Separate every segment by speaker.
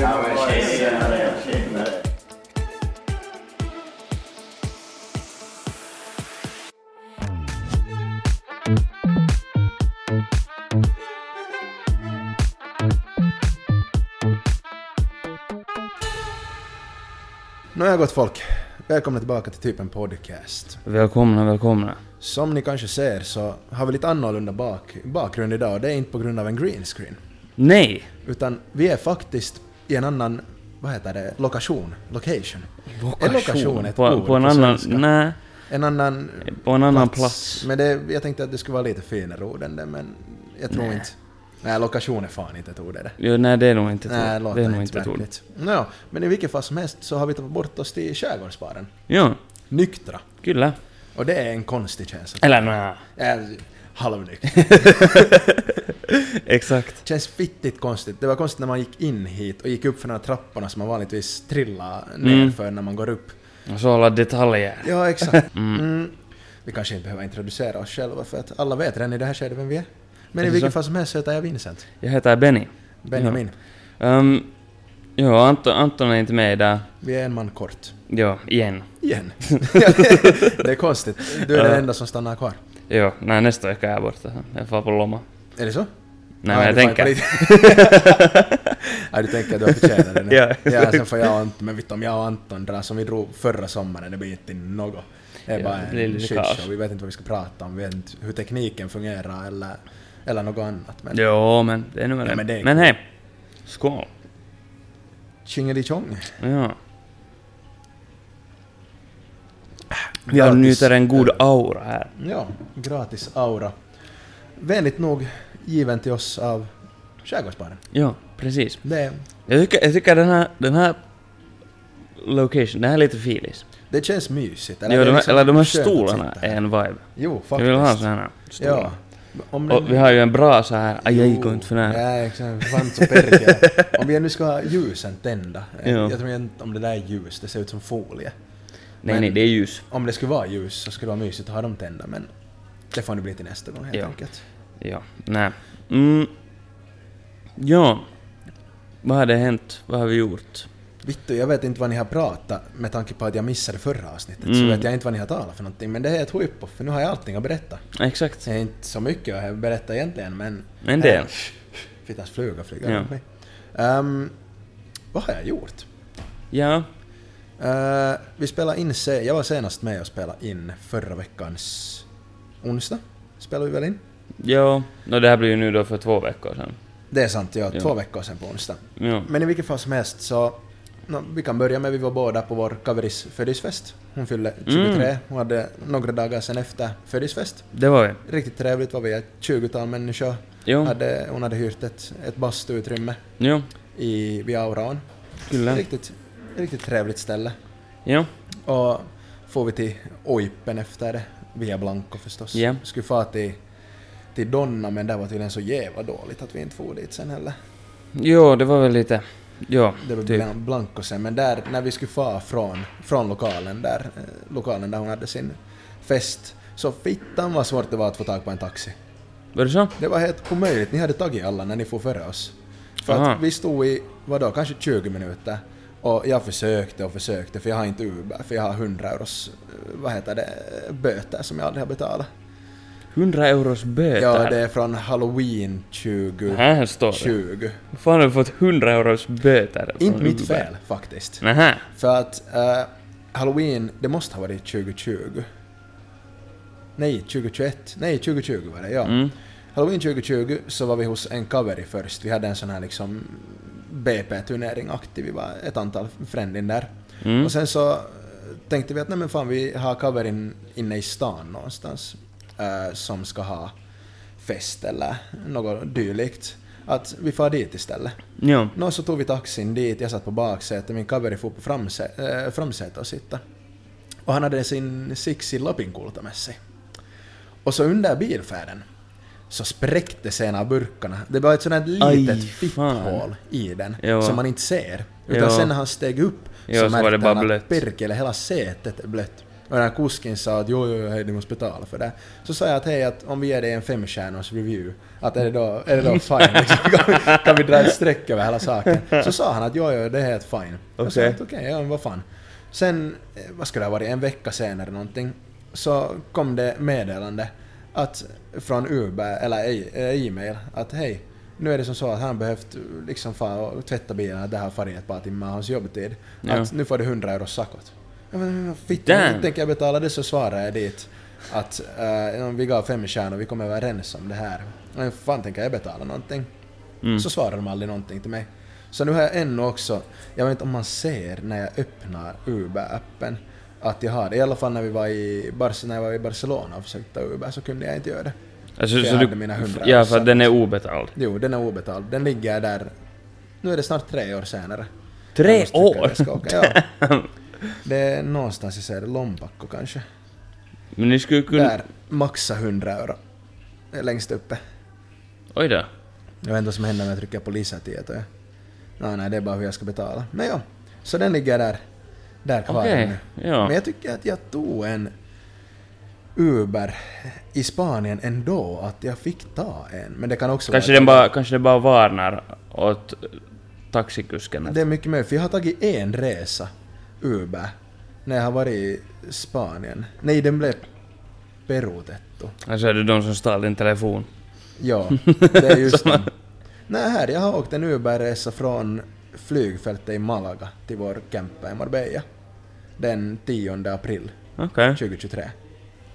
Speaker 1: Ja, men tjenare, tjenare.
Speaker 2: Nåja gott folk, välkomna tillbaka till typen podcast.
Speaker 3: Välkomna, välkomna.
Speaker 2: Som ni kanske ser så har vi lite annorlunda bak- bakgrund idag och det är inte på grund av en green screen.
Speaker 3: Nej!
Speaker 2: Utan vi är faktiskt i en annan, vad heter det, lokation? Location?
Speaker 3: Lokation.
Speaker 2: Är lokation ett
Speaker 3: på,
Speaker 2: ord
Speaker 3: på en
Speaker 2: på
Speaker 3: annan...
Speaker 2: svenska?
Speaker 3: Nej,
Speaker 2: En annan...
Speaker 3: på en annan plats.
Speaker 2: Men det, jag tänkte att det skulle vara lite finare ord än det, men jag tror
Speaker 3: Nej.
Speaker 2: inte... Nej, lokation är fan inte ett ord är det.
Speaker 3: Jo, nej, det är nog inte ett
Speaker 2: Nej,
Speaker 3: ord.
Speaker 2: låter
Speaker 3: Det är nog
Speaker 2: inte
Speaker 3: inte ett ord.
Speaker 2: verkligt. Nåja, men i vilket fall som helst så har vi tagit bort oss till skärgårdsbaren.
Speaker 3: Jo,
Speaker 2: Nyktra.
Speaker 3: kyllä.
Speaker 2: Och det är en konstig känsla.
Speaker 3: Eller nä.
Speaker 2: Äh, halvnykter.
Speaker 3: Exakt.
Speaker 2: Känns fittigt konstigt. Det var konstigt när man gick in hit och gick upp för de här trapporna som man vanligtvis trillar ner för när man går upp.
Speaker 3: Och så alla detaljer.
Speaker 2: Mm. Ja, exakt. Mm. Vi kanske inte behöver introducera oss själva för att alla vet redan i det här skedet vem vi är. Men i
Speaker 3: det
Speaker 2: vilket
Speaker 3: så?
Speaker 2: fall som helst så heter jag Vincent.
Speaker 3: Jag heter Benny.
Speaker 2: Benjamin.
Speaker 3: Um, jo, Anton, Anton är inte med idag.
Speaker 2: Vi är en man kort.
Speaker 3: Jo, igen.
Speaker 2: Igen. det är konstigt. Du är den enda som stannar kvar.
Speaker 3: Jo, nej, nästa vecka är jag borta. Jag får på lomma.
Speaker 2: Är det så?
Speaker 3: Nej, men jag
Speaker 2: du får
Speaker 3: tänker.
Speaker 2: inte- Nej, du tänker att du har förtjänat det nu.
Speaker 3: Ja,
Speaker 2: ja, sen får jag och Anton, men vitt om jag och Anton drar som vi drog förra sommaren, det blir inte något. Det är
Speaker 3: Ja,
Speaker 2: bara
Speaker 3: det blir
Speaker 2: en
Speaker 3: lite
Speaker 2: shitshow,
Speaker 3: kaos.
Speaker 2: vi vet inte vad vi ska prata om, vi vet inte hur tekniken fungerar eller, eller något annat. Men
Speaker 3: Jo, men det är nog
Speaker 2: Ja,
Speaker 3: det.
Speaker 2: men det är
Speaker 3: Men hej! Skål!
Speaker 2: tjingelitjong.
Speaker 3: Ja. Vi avnjuter en god aura här.
Speaker 2: Ja, gratis aura. Vänligt nog given till oss av Skärgårdsbaren.
Speaker 3: Ja, precis.
Speaker 2: Det är
Speaker 3: Jag tycker, jag tycker den här, den här location, den här är lite filis.
Speaker 2: det känns mysigt.
Speaker 3: Eller, jo,
Speaker 2: det är
Speaker 3: de, här-
Speaker 2: liksom
Speaker 3: eller de här
Speaker 2: skönt att
Speaker 3: stolarna
Speaker 2: sitta här.
Speaker 3: är en vibe.
Speaker 2: Jo,
Speaker 3: Jag
Speaker 2: faktiskt.
Speaker 3: vill ha såna här
Speaker 2: Ja.
Speaker 3: stolar.
Speaker 2: Om
Speaker 3: Och
Speaker 2: den-
Speaker 3: vi har ju en bra så här, aj, jag går inte för nära.
Speaker 2: Nej, exakt. Fan så perkele. Om vi nu ska ha ljusen tända. eh,
Speaker 3: Ja.
Speaker 2: Jag tror inte om det där är ljus, det ser ut som folie.
Speaker 3: Nej, nej, det är ljus.
Speaker 2: Om det skulle vara ljus så skulle det vara mysigt att ha dem tända men det får nu bli till nästa gång helt
Speaker 3: Ja.
Speaker 2: enkelt.
Speaker 3: Ja, nej. Mm. Ja. Vad hade hänt? Vad har vi gjort?
Speaker 2: Vittu, jag vet inte vad ni har pratat med tanke på att jag missade förra avsnittet så
Speaker 3: Mm.
Speaker 2: vet jag inte vad ni har talat för någonting men det är ett huippo för nu har jag allting att berätta.
Speaker 3: Exakt.
Speaker 2: Det är inte så mycket att berätta egentligen men...
Speaker 3: En del.
Speaker 2: Eh, Fittans fluga flyger
Speaker 3: Ja.
Speaker 2: runt mig. Ehm, vad har jag gjort?
Speaker 3: Ja.
Speaker 2: Eh, vi spelade in, se- jag var senast med och spelade in förra veckans onsdag. Spelade vi väl in?
Speaker 3: Ja. No, det här blir ju nu då för två veckor sedan.
Speaker 2: Det är sant, ja,
Speaker 3: Ja.
Speaker 2: två veckor sedan på onsdag.
Speaker 3: Ja.
Speaker 2: Men i vilket fall som helst så, nå, vi kan börja med vi var båda på vår coveris födelsedagsfest. Hon fyllde 23,
Speaker 3: Mm.
Speaker 2: hon hade några dagar sen efter födelsedagsfest.
Speaker 3: Det var vi.
Speaker 2: Riktigt trevligt var vi, ett 20-tal människor.
Speaker 3: Jo.
Speaker 2: Hade, hon hade hyrt ett, ett bastuutrymme
Speaker 3: Jo.
Speaker 2: i, vid Auran.
Speaker 3: Kyllä.
Speaker 2: Riktigt, riktigt trevligt ställe.
Speaker 3: Jo.
Speaker 2: Och får vi till Oipen efter det, via Blanco förstås.
Speaker 3: Ja.
Speaker 2: Skulle få till, till Donna men det var tydligen så jävla dåligt att vi inte for dit sen heller.
Speaker 3: Jo, det var väl lite... Jo,
Speaker 2: Det var
Speaker 3: typ.
Speaker 2: Blan- Blanco sen men där när vi skulle få från, från lokalen, där, eh, lokalen där hon hade sin fest så fittan vad svårt det var att få tag på en taxi.
Speaker 3: Var det så?
Speaker 2: Det var helt omöjligt, ni hade tagit alla när ni for före oss. För
Speaker 3: Aha.
Speaker 2: att vi stod i, vadå, kanske 20 minuter och jag försökte och försökte för jag har inte Uber, för jag har 100 euros, eh, vad heter det, böter som jag aldrig har betalat.
Speaker 3: 100 euros böter?
Speaker 2: Ja, det är från Halloween 2020.
Speaker 3: Här står det. Hur fan har du fått 100 euros böter? från
Speaker 2: Inte mitt
Speaker 3: Uber?
Speaker 2: fel faktiskt.
Speaker 3: Nähä.
Speaker 2: För att eh, Halloween, det måste ha varit 2020. Nej, 2021. Nej, 2020 var det, ja.
Speaker 3: Mm.
Speaker 2: Halloween 2020 så var vi hos en covery först. Vi hade en sån här liksom BP-turnering aktiv. Vi var ett antal frändin där.
Speaker 3: Mm.
Speaker 2: Och sen så eh, tänkte vi att nej men fan vi har coverin inne i stan någonstans. eh, som ska ha fest eller något dylikt. Att vi far dit istället.
Speaker 3: Jo.
Speaker 2: Nå så tog vi taxin dit, jag satt på baksätet, min kaveri for på framsä- äh, framsätet och sitta. Och han hade sin siksi lapinkulta med sig. Och så under bilfärden så spräcktes en av burkarna. Det var ett sånt här
Speaker 3: Aj,
Speaker 2: litet
Speaker 3: fan.
Speaker 2: fitthål i den
Speaker 3: Ja.
Speaker 2: som man inte ser. Utan
Speaker 3: Ja.
Speaker 2: sen när han steg upp
Speaker 3: Ja, så var det bara
Speaker 2: han att
Speaker 3: blött.
Speaker 2: perkele, hela sätet är blött. Och när kusken sa att jo, jo, hej, du måste betala för det. Så sa jag att hej, att om vi ger dig en femstjärnors review, att är det då, är det då fine? Liksom, kan, vi, kan vi dra ett streck över hela saken? Så sa han att jo, jo, det är helt fine. Jag sa
Speaker 3: Okej.
Speaker 2: att okej, ja, men vad fan. Sen, eh, vad ska det ha varit, en vecka senare någonting, så kom det meddelande att, från Uber, eller e- eh, e-mail, att hej, nu är det som så att han behövt liksom fan och tvätta bilen, att det har farit ett par timmar av hans jobbtid.
Speaker 3: Ja.
Speaker 2: Att nu får du 100 euro sakot. Ja, men, men, Fitta,
Speaker 3: Damn.
Speaker 2: inte tänker jag betala det så svarar jag dit att eh, om vi gav fem stjärnor, vi kom överens om det här. Men fan tänker jag betala någonting?
Speaker 3: Mm.
Speaker 2: Så svarar de aldrig någonting till mig. Så nu har jag ännu också, jag vet inte om man ser när jag öppnar Uber-appen att jag har det. I alla fall när, vi var i Bar- när jag var i Barcelona och försökte ta Uber så kunde jag inte göra det.
Speaker 3: Alltså,
Speaker 2: För
Speaker 3: så
Speaker 2: jag
Speaker 3: du,
Speaker 2: hade mina hundra
Speaker 3: ja, för
Speaker 2: procent.
Speaker 3: att den är obetald.
Speaker 2: Jo, den är obetald. Den ligger där, nu är det snart tre år senare. Jag
Speaker 3: Tre
Speaker 2: måste tycka
Speaker 3: år!
Speaker 2: Jag ska åka, ja. Det är någonstans, jag ser det, Lombacco kanske.
Speaker 3: Men ni skulle kunna...
Speaker 2: Där, maxa 100 euro. Det är Längst uppe.
Speaker 3: Oj då.
Speaker 2: Jag vet inte vad som händer om jag trycker på Lisa-tieto. Nej, nej, det är bara hur jag ska betala. Men ja, så den ligger där, där kvar
Speaker 3: Okej,
Speaker 2: nu.
Speaker 3: ja.
Speaker 2: Men jag tycker att jag tog en Uber i Spanien ändå, att jag fick ta en. Men det kan också
Speaker 3: Kanske
Speaker 2: vara...
Speaker 3: den bara, kanske den bara varnar åt taxikusken.
Speaker 2: Det är mycket möjligt, för jag har tagit en resa Uber när jag har varit i Spanien. Nej, den blev Peru tetto.
Speaker 3: Alltså är det de som stal din telefon.
Speaker 2: Ja, det är just det. Nej, här, jag har åkt en Uber-resa från flygfältet i Malaga till vår camper i Marbella. Den 10 april
Speaker 3: Okej.
Speaker 2: 2023.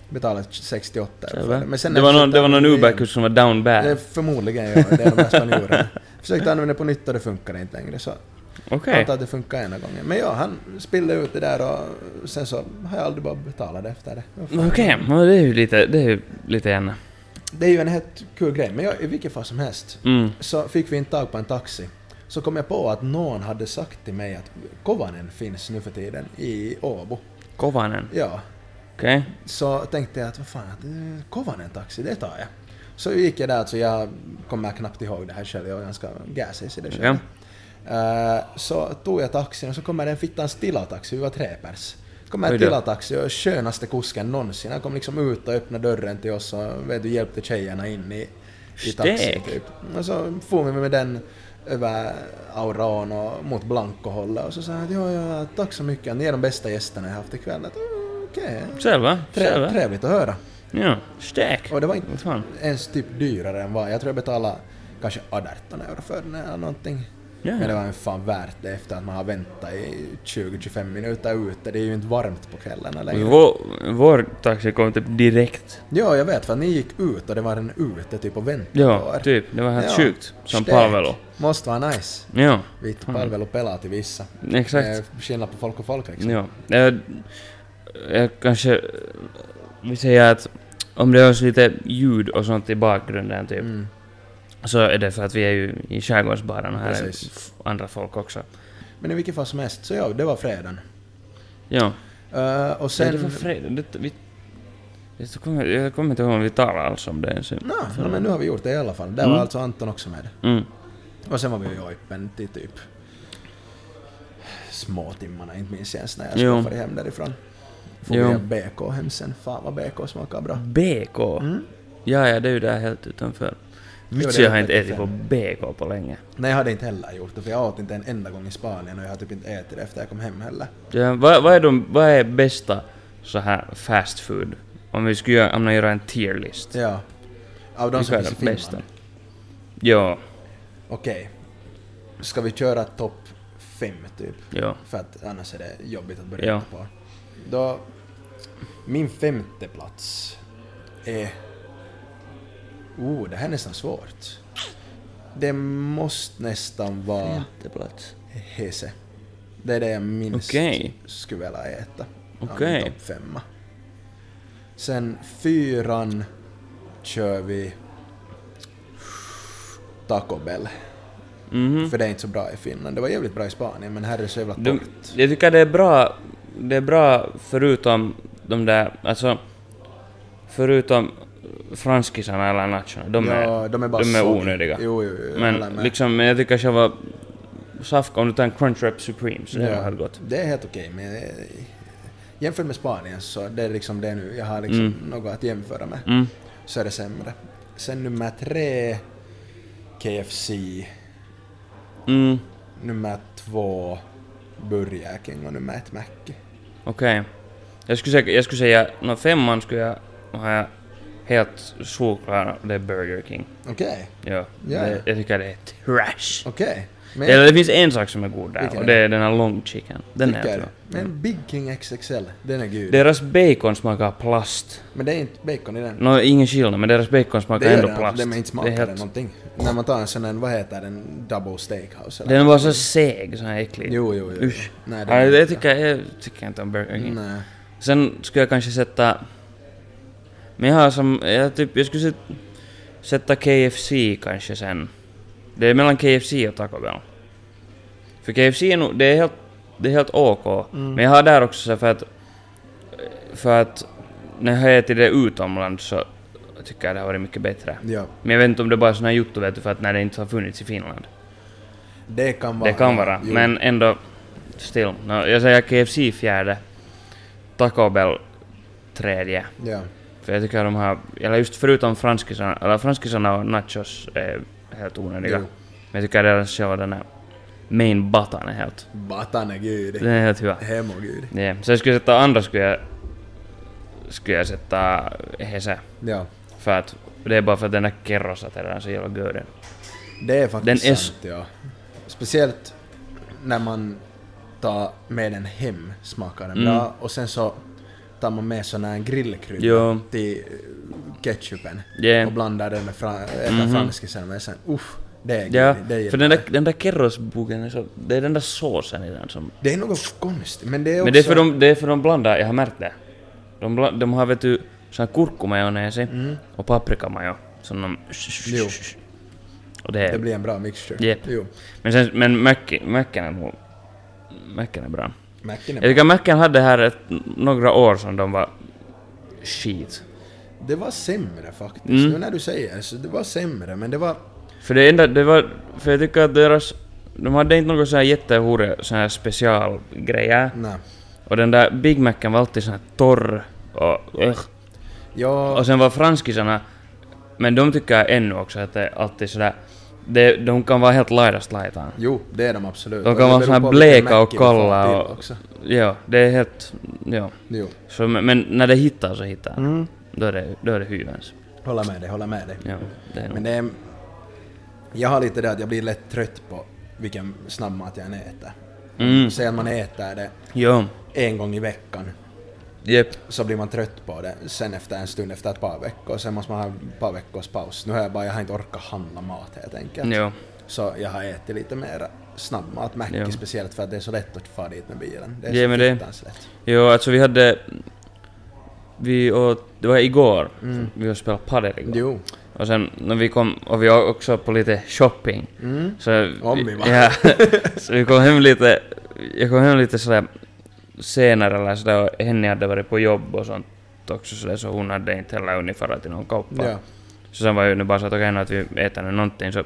Speaker 2: Betalade 68 euro för
Speaker 3: Själva.
Speaker 2: det. Men sen
Speaker 3: Det
Speaker 2: när
Speaker 3: var
Speaker 2: jag
Speaker 3: någon, det var
Speaker 2: försökte
Speaker 3: någon
Speaker 2: använda det
Speaker 3: Uberkurs som var down
Speaker 2: igen- Det är
Speaker 3: bad.
Speaker 2: förmodligen jag, det är de där spanjorerna. Försökte använda det på nytt och det funkade inte längre. Så jag
Speaker 3: Okej.
Speaker 2: antar att det funkar ena gången. Men ja, han spillde ut det där och sen så har jag aldrig bara betalat det efter det. Vad fan.
Speaker 3: Okej, ja, det är ju lite, det är ju lite gärna.
Speaker 2: Det är ju en helt kul grej, men ja, i vilket fall som helst.
Speaker 3: Mm.
Speaker 2: så fick vi inte tag på en taxi. Så kom jag på att någon hade sagt till mig att Kovanen finns nu för tiden i Åbo.
Speaker 3: Kovanen.
Speaker 2: Ja,
Speaker 3: Okej.
Speaker 2: så tänkte jag att vad fan, att, eh, Kovanen-taxi, det tar jag. Så gick jag där, så jag kommer knappt ihåg det här själv, jag är ganska gasig i det själv. Eh, så tog jag taxin och så kommer den fittans taxi, vi var tre pers. Kommer
Speaker 3: Oj
Speaker 2: en
Speaker 3: då.
Speaker 2: Tila-taxi och skönaste kusken någonsin. Han kom liksom ut och öppnade dörren till oss och vet du, hjälpte tjejerna in i, i taxin.
Speaker 3: Stek.
Speaker 2: Typ. Och så for vi med den över Auran och mot Blanco-hållet och så sa han att ja, ja, tack så mycket, ni är de bästa gästerna jag haft ikväll. Att, "Mm, Okej,
Speaker 3: Själva.
Speaker 2: Trä,
Speaker 3: Själva.
Speaker 2: trevligt att höra.
Speaker 3: Ja. Stek.
Speaker 2: Och det var
Speaker 3: Vad
Speaker 2: inte
Speaker 3: fan.
Speaker 2: ens typ dyrare än vad jag tror jag betalade kanske 18 euro för den eller någonting.
Speaker 3: Ja.
Speaker 2: Men det var ju fan värt det efter att man har väntat i 20-25 minuter ute. Det är ju inte varmt på kvällen längre.
Speaker 3: Vår, vår taxi kom typ direkt.
Speaker 2: Ja, jag vet för att ni gick ut och det var en ute typ och väntade på
Speaker 3: Ja,
Speaker 2: er.
Speaker 3: typ. Det var helt
Speaker 2: Ja.
Speaker 3: sjukt. Som
Speaker 2: Stek.
Speaker 3: Pavelo.
Speaker 2: Måste vara nice.
Speaker 3: Ja,
Speaker 2: Vitt Palvelo pelaa till vissa.
Speaker 3: exakt.
Speaker 2: Det är Skillnad på folk och folk liksom.
Speaker 3: Ja. Jag, jag kanske eh, vill säga att om det hörs lite ljud och sånt i bakgrunden typ,
Speaker 2: Mm.
Speaker 3: så är det för att vi är ju i skärgårdsbaren och här är
Speaker 2: Precis.
Speaker 3: f- andra folk också.
Speaker 2: Men i vilket fall som helst, så ja, det var fredagen.
Speaker 3: Ja.
Speaker 2: Eh, och
Speaker 3: Sen...
Speaker 2: sen...
Speaker 3: Det var fredag. Det, vi, jag, kommer, jag kommer inte ihåg om vi talade alls om det ens.
Speaker 2: Nå, no, men nu har vi gjort det i alla fall. Där
Speaker 3: Mm.
Speaker 2: var alltså Anton också med.
Speaker 3: Mm.
Speaker 2: Och sen var vi ju öppen till typ småtimmarna, inte minns jag ens när jag
Speaker 3: Jo.
Speaker 2: skaffade hem därifrån. Får
Speaker 3: Jo.
Speaker 2: vi göra BK hem sen. Fan vad BK smakar bra.
Speaker 3: BK?
Speaker 2: Mm.
Speaker 3: Ja, ja, det är ju där helt utanför. Vitsen,
Speaker 2: det är
Speaker 3: jag har inte
Speaker 2: helt
Speaker 3: ätit på BK på länge.
Speaker 2: Nej, jag hade inte heller gjort det, för jag åt inte en enda gång i Spanien och jag har typ inte ätit det efter jag kom hem heller.
Speaker 3: Ja, vad, vad, är de, vad är bästa så här fast food? Om vi skulle göra, om man gör en tier list.
Speaker 2: Ja. Av de
Speaker 3: Vilka
Speaker 2: som
Speaker 3: är
Speaker 2: finns i
Speaker 3: de
Speaker 2: Finland.
Speaker 3: bästa? Ja,
Speaker 2: Okej. Ska vi köra topp fem typ?
Speaker 3: ja.
Speaker 2: För att annars är det jobbigt att
Speaker 3: Ja.
Speaker 2: berätta på. Då, min femte plats är... Oh, det här är nästan svårt. Det måste nästan vara
Speaker 3: Jätteplats.
Speaker 2: Hese. Det är det jag minst
Speaker 3: Okej.
Speaker 2: skulle vilja äta. av min
Speaker 3: Okej.
Speaker 2: Topp femma. Sen fyran kör vi Taco Bell.
Speaker 3: Mhm.
Speaker 2: För det är inte så bra i Finland. Det var jävligt bra i Spanien men här är det så jävla
Speaker 3: De,
Speaker 2: torrt.
Speaker 3: jag tycker det är bra, det är bra förutom de där, alltså förutom franskisarna eller nacherna, de är,
Speaker 2: ja, de är, bara
Speaker 3: de är
Speaker 2: sorg.
Speaker 3: onödiga.
Speaker 2: Jo, jo, jo, jag håller
Speaker 3: men
Speaker 2: med.
Speaker 3: liksom, men jag tycker själva Safka, om du tar en Crunchwrap Supreme, så det
Speaker 2: Ja,
Speaker 3: är helt gott.
Speaker 2: Det är helt okej, men eh, jämfört med Spanien så det är liksom det nu, jag har liksom något att jämföra med,
Speaker 3: Mm.
Speaker 2: så är det sämre. Sen nummer tre, KFC,
Speaker 3: Mm.
Speaker 2: nummer två, Burger King och nummer ett Mac.
Speaker 3: Okej. Jag, skulle säga, jag skulle säga, nå femman skulle jag ha helt solklar, det är Burger King.
Speaker 2: Okej,
Speaker 3: Ja.
Speaker 2: Ja, ja.
Speaker 3: Det, jag tycker det är trash.
Speaker 2: okej. Men
Speaker 3: Eller det finns en sak som är god där
Speaker 2: Vilken
Speaker 3: och
Speaker 2: är
Speaker 3: det är den här long chicken. Den
Speaker 2: tycker-
Speaker 3: är jag Mm.
Speaker 2: Men Big King XXL, den är gud.
Speaker 3: Typ. Deras bacon smakar plast.
Speaker 2: Men det är inte bacon i den.
Speaker 3: Nå, ingen skillnad men deras bacon smakar
Speaker 2: Det gör
Speaker 3: Mm. ändå
Speaker 2: den,
Speaker 3: plast.
Speaker 2: alltså, den är inte
Speaker 3: Det är
Speaker 2: smakar
Speaker 3: helt-
Speaker 2: den någonting. När man tar en sån här, vad heter den, double steakhouse eller?
Speaker 3: Den var så seg, så här äcklig.
Speaker 2: Jo, jo, jo.
Speaker 3: Usch.
Speaker 2: Nej,
Speaker 3: Ja,
Speaker 2: den-
Speaker 3: jag, tycker, jag tycker inte om Burger King.
Speaker 2: Nej.
Speaker 3: Sen skulle jag kanske sätta... Men jag har som... Jag, typ, jag skulle sätt- sätta KFC kanske sen. Det är mellan KFC och Taco Bell. För KFC är nog... Det är helt, det är helt OK. Men jag har där också så här för att... För att när jag har ätit det utomlands så tycker jag det har varit mycket bättre.
Speaker 2: Ja,
Speaker 3: Men jag vet inte om det bara är sån här jotto vet du, för att när det inte har funnits i Finland.
Speaker 2: det kan vara.
Speaker 3: Det kan vara,
Speaker 2: Jo.
Speaker 3: men ändå... Still. No, jag säger KFC fjärde. Taco Bell tredje.
Speaker 2: Ja.
Speaker 3: För jag tycker de här, eller just förutom franskisarna, eller franskisarna och nachos är helt onödiga.
Speaker 2: Jo.
Speaker 3: Men jag tycker deras själva den här main batan är helt,
Speaker 2: Batan är
Speaker 3: den
Speaker 2: gud.
Speaker 3: är helt hyvä.
Speaker 2: Hemogud.
Speaker 3: Yeah. Så jag skulle sätta andra skulle jag, skulle jag sätta Hese.
Speaker 2: Ja.
Speaker 3: För att, det är bara för att den där kerrosaterran är så jävla god.
Speaker 2: Det är faktiskt
Speaker 3: Den är
Speaker 2: sant, ja. Speciellt när man tar med den hem, smakar den bra. Och sen så tar man med sån här grillkrydda
Speaker 3: Mm. Jo.
Speaker 2: till eh, ketchupen.
Speaker 3: Yeah.
Speaker 2: Och blandar den med fra- äta franskisen med sen. Uff, det är
Speaker 3: Mhm. Ja,
Speaker 2: gud. Det,
Speaker 3: för
Speaker 2: gillar
Speaker 3: den
Speaker 2: jag.
Speaker 3: där, den där kerrosboken är så, det är den där såsen i den som...
Speaker 2: det är något konstigt, men det är också...
Speaker 3: Men det är för de, det är för de blandar, jag har märkt det. De, bland, de har vet du, sån här kurkumajonäs i och paprikamajo som de...
Speaker 2: Mm. Jo.
Speaker 3: Och det,
Speaker 2: Det blir en bra mixture.
Speaker 3: Jep.
Speaker 2: Jo.
Speaker 3: Men sen, men Mac- Macen är nog... Macen är bra.
Speaker 2: Mackin är
Speaker 3: Jag tycker Macen hade här ett, några år som de var skit.
Speaker 2: Det var sämre faktiskt,
Speaker 3: Mm.
Speaker 2: nu när du säger det, så det var sämre men det var...
Speaker 3: För det enda, det var... För jag tycker att deras... De hade inte någon sån här jättehore sån här specialgrejer.
Speaker 2: Nej.
Speaker 3: Och den där Big Macen var alltid sån här torr och... Ugh.
Speaker 2: Ja,
Speaker 3: Och sen var franskisarna, men de tycker jag ännu också att det är alltid sådär, det, de kan vara helt laidast laitaan.
Speaker 2: jo, det är de absolut.
Speaker 3: De
Speaker 2: Och
Speaker 3: kan
Speaker 2: det
Speaker 3: vara
Speaker 2: beror
Speaker 3: såna här
Speaker 2: på vilken
Speaker 3: bleka och
Speaker 2: Mackie vi får
Speaker 3: kalla
Speaker 2: till
Speaker 3: och-
Speaker 2: också.
Speaker 3: Ja, det är helt, ja.
Speaker 2: Jo,
Speaker 3: Så, men men när det hittar så hittar mm. då är det, då är det hyvens.
Speaker 2: håller med dig, håller med dig.
Speaker 3: Ja, det är
Speaker 2: Men
Speaker 3: nog.
Speaker 2: det är... Jag har lite det att jag blir lätt trött på vilken snabbmat jag än äter.
Speaker 3: Mm.
Speaker 2: Säg att man äter det
Speaker 3: Jo,
Speaker 2: en gång i veckan,
Speaker 3: jep.
Speaker 2: så blir man trött på det sen efter en stund, efter ett par veckor, sen måste man ha ett par veckors paus. Nu har jag bara, jag har inte orkat handla mat helt enkelt.
Speaker 3: Jo,
Speaker 2: Så jag har ätit lite mer snabbmat, Mackie
Speaker 3: Ja.
Speaker 2: speciellt för att det är så lätt att fara dit med bilen. Det är
Speaker 3: Ja,
Speaker 2: så
Speaker 3: men det-
Speaker 2: fruktansvärt lätt.
Speaker 3: jo, alltså vi hade, vi åt, det var igår,
Speaker 2: Mm.
Speaker 3: vi har spelat padel igår.
Speaker 2: Jo,
Speaker 3: Och sen när vi kom, och vi var också på lite shopping.
Speaker 2: Mm.
Speaker 3: Så,
Speaker 2: Om vi var.
Speaker 3: ja, så vi kom hem lite, jag kom hem lite sådär senare eller sådär och Henny hade varit på jobb och sånt också sådär så hon hade inte heller uniform till någon kauppa.
Speaker 2: ja.
Speaker 3: Så sen var ju nu bara så att okej nu att vi äter nu någonting så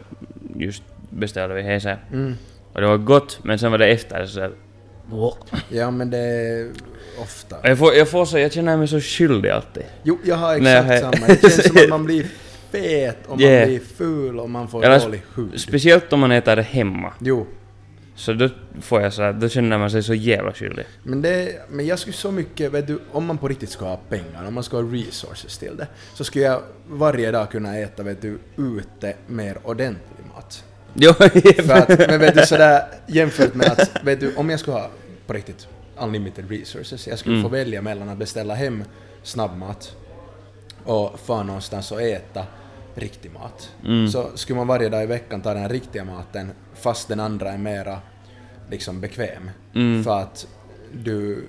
Speaker 3: just beställde vi hese.
Speaker 2: Mm.
Speaker 3: Och det var gott men sen var det efter så sådär
Speaker 2: ja, men det är ofta.
Speaker 3: Och jag får, jag får så, jag känner mig så skyldig alltid.
Speaker 2: Jo, jag har
Speaker 3: Nej,
Speaker 2: exakt
Speaker 3: hej.
Speaker 2: samma. Det känns som att man blir fet och man
Speaker 3: Yeah.
Speaker 2: blir ful och man får
Speaker 3: Eller
Speaker 2: dålig hud.
Speaker 3: Speciellt om man äter hemma.
Speaker 2: Jo,
Speaker 3: Så då får jag såhär, då känner man sig så jävla skyldig.
Speaker 2: men, det, men jag skulle så mycket, vet du, om man på riktigt ska ha pengar, om man ska ha resources till det, så skulle jag varje dag kunna äta, vet du, ute mer ordentlig mat.
Speaker 3: Jo,
Speaker 2: För att, men vet du sådär jämfört med att, vet du, om jag skulle ha på riktigt unlimited resources, jag skulle få välja mellan att beställa hem snabbmat och få någonstans och äta riktig mat.
Speaker 3: Mm.
Speaker 2: Så skulle man varje dag i veckan ta den riktiga maten fast den andra är mera liksom bekväm.
Speaker 3: Mm.
Speaker 2: För att du,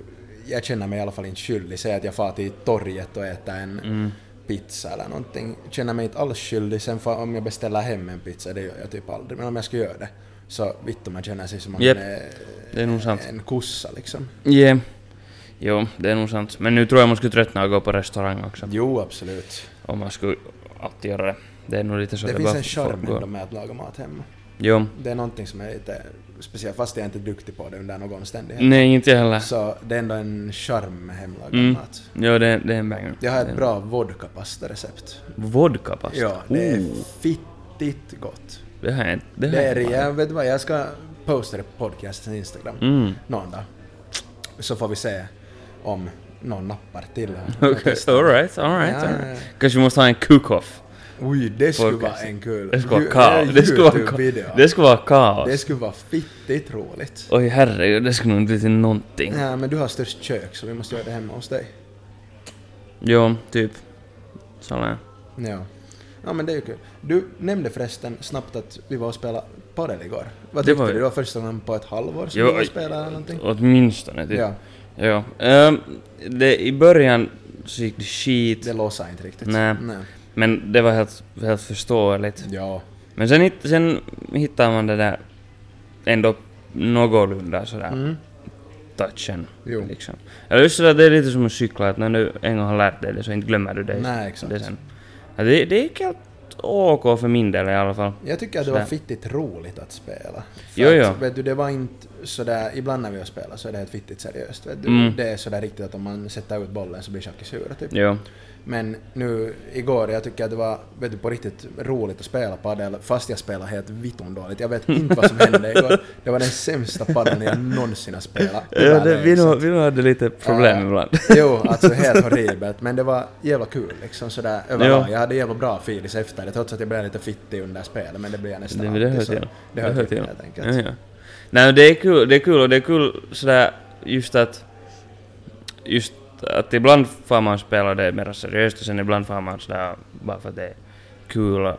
Speaker 2: jag känner mig i alla fall inte skyldig, säg att jag far till torget och äter en
Speaker 3: Mm.
Speaker 2: pizza eller någonting. Känner mig inte alls skyldig. Sen för om jag beställer hem en pizza, det gör jag typ aldrig. Men om jag skulle göra det, så vitt om man känner sig som man
Speaker 3: Jep.
Speaker 2: är
Speaker 3: Det är nog sant.
Speaker 2: en kossa liksom.
Speaker 3: Yeah. Jo, det är nog sant. Men nu tror jag man skulle tröttna och gå på restaurang också.
Speaker 2: Jo, absolut.
Speaker 3: Om man skulle alltid göra det. Det är nog lite så
Speaker 2: Det
Speaker 3: att
Speaker 2: finns
Speaker 3: bara
Speaker 2: en charm
Speaker 3: får gå.
Speaker 2: ändå med att laga mat hemma.
Speaker 3: Jo.
Speaker 2: Det är någonting som är lite speciellt, fast jag är inte duktig på det under någon omständighet.
Speaker 3: Nej, inte jag heller.
Speaker 2: Så det är ändå en charm med hemlagad
Speaker 3: Mm.
Speaker 2: mat.
Speaker 3: Jo, det, det är en banger.
Speaker 2: Jag har
Speaker 3: Det är
Speaker 2: ett
Speaker 3: en-
Speaker 2: bra vodkapasta-recept.
Speaker 3: Vodkapasta?
Speaker 2: Ja, det är
Speaker 3: Oh,
Speaker 2: fittigt gott.
Speaker 3: det har jag inte... Det, har
Speaker 2: Det
Speaker 3: jag
Speaker 2: är,
Speaker 3: inte
Speaker 2: jag vet du vad, jag ska posta det på podcastens Instagram
Speaker 3: Mm.
Speaker 2: någon dag. Så får vi se om någon nappar till.
Speaker 3: Okej, alright, alright.
Speaker 2: Ja,
Speaker 3: alright.
Speaker 2: ja,
Speaker 3: Kanske vi måste ha en cook-off.
Speaker 2: Oj, det skulle vara
Speaker 3: Podcast.
Speaker 2: en kul...
Speaker 3: Det skulle
Speaker 2: ju- eh,
Speaker 3: vara kaos. Det skulle vara,
Speaker 2: YouTube-video.
Speaker 3: ka- det skulle vara kaos.
Speaker 2: Det skulle vara fittigt roligt.
Speaker 3: Oj herregud, det skulle nog inte bli till någonting.
Speaker 2: Ja, men du har störst kök så vi måste göra det hemma hos dig.
Speaker 3: Jo, typ. Sådär.
Speaker 2: Ja. Ja men det är ju kul. Du nämnde förresten snabbt att vi var och spelade padel igår. Vad
Speaker 3: Det
Speaker 2: tyckte
Speaker 3: var ju-
Speaker 2: du? Det var första gången på ett halvår som
Speaker 3: Jo,
Speaker 2: du var och
Speaker 3: oj.
Speaker 2: spelade eller någonting?
Speaker 3: Åtminstone typ.
Speaker 2: Ja,
Speaker 3: Jo. Ehm, det, I början så gick det skit.
Speaker 2: det låser inte riktigt.
Speaker 3: Nej. Men det var helt, helt förståeligt.
Speaker 2: Ja.
Speaker 3: Men sen, hitt- sen hittar man det där ändå någorlunda sådär
Speaker 2: Mm.
Speaker 3: touchen.
Speaker 2: Jo.
Speaker 3: Liksom. Eller just sådär, det är lite som att cykla, att när du en gång har lärt dig det så inte glömmer du det.
Speaker 2: Nej, exakt.
Speaker 3: det sen. Ja, det, det gick helt OK för min del i alla fall.
Speaker 2: Jag tycker att det var
Speaker 3: Sådär.
Speaker 2: fittigt roligt att spela. För
Speaker 3: Jo,
Speaker 2: att,
Speaker 3: jo.
Speaker 2: Vet du, det var inte sådär, ibland när vi har spelat så är det helt fittigt seriöst. Vet du?
Speaker 3: Mm.
Speaker 2: Det är sådär riktigt att om man sätter ut bollen så blir tjackis sura typ.
Speaker 3: Jo.
Speaker 2: Men nu igår, jag tycker att det var vet du, på riktigt roligt att spela padel fast jag spelade helt vitton dåligt. Jag vet inte vad som hände igår. Det var den sämsta padeln jag någonsin har spelat.
Speaker 3: Ja, det, vi, nog,
Speaker 2: Överlägset.
Speaker 3: vi nog hade lite problem
Speaker 2: Äh,
Speaker 3: ibland.
Speaker 2: Jo, alltså helt horribelt. Men det var jävla kul liksom sådär överlag. Jag hade jävla bra feelings efter det trots att jag blev lite fittig under spelet men det blev jag nästan
Speaker 3: Det, det hör
Speaker 2: alltid, så
Speaker 3: till.
Speaker 2: Det hör till helt enkelt.
Speaker 3: Ja, ja. Nej, men det är kul, det är kul och det är kul sådär just att... Just att ibland får man spela det mer seriöst och sen ibland får man sådär bara för att det är kul och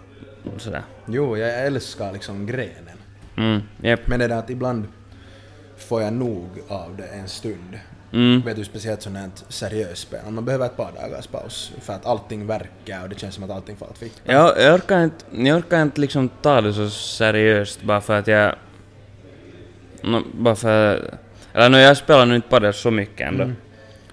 Speaker 3: sådär.
Speaker 2: Jo, jag älskar liksom grenen.
Speaker 3: Mm, jep.
Speaker 2: Men det där att ibland får jag nog av det en stund.
Speaker 3: Mm,
Speaker 2: Vet du, speciellt sånt här seriöst spel. Man behöver ett par dagars paus för att allting verkar och det känns som att allting faller fick.
Speaker 3: jag, jag, orkar inte, jag orkar inte liksom ta det så seriöst bara för att jag... No, bara för... Eller no, jag spelar nu inte padel så mycket ändå.
Speaker 2: Mm.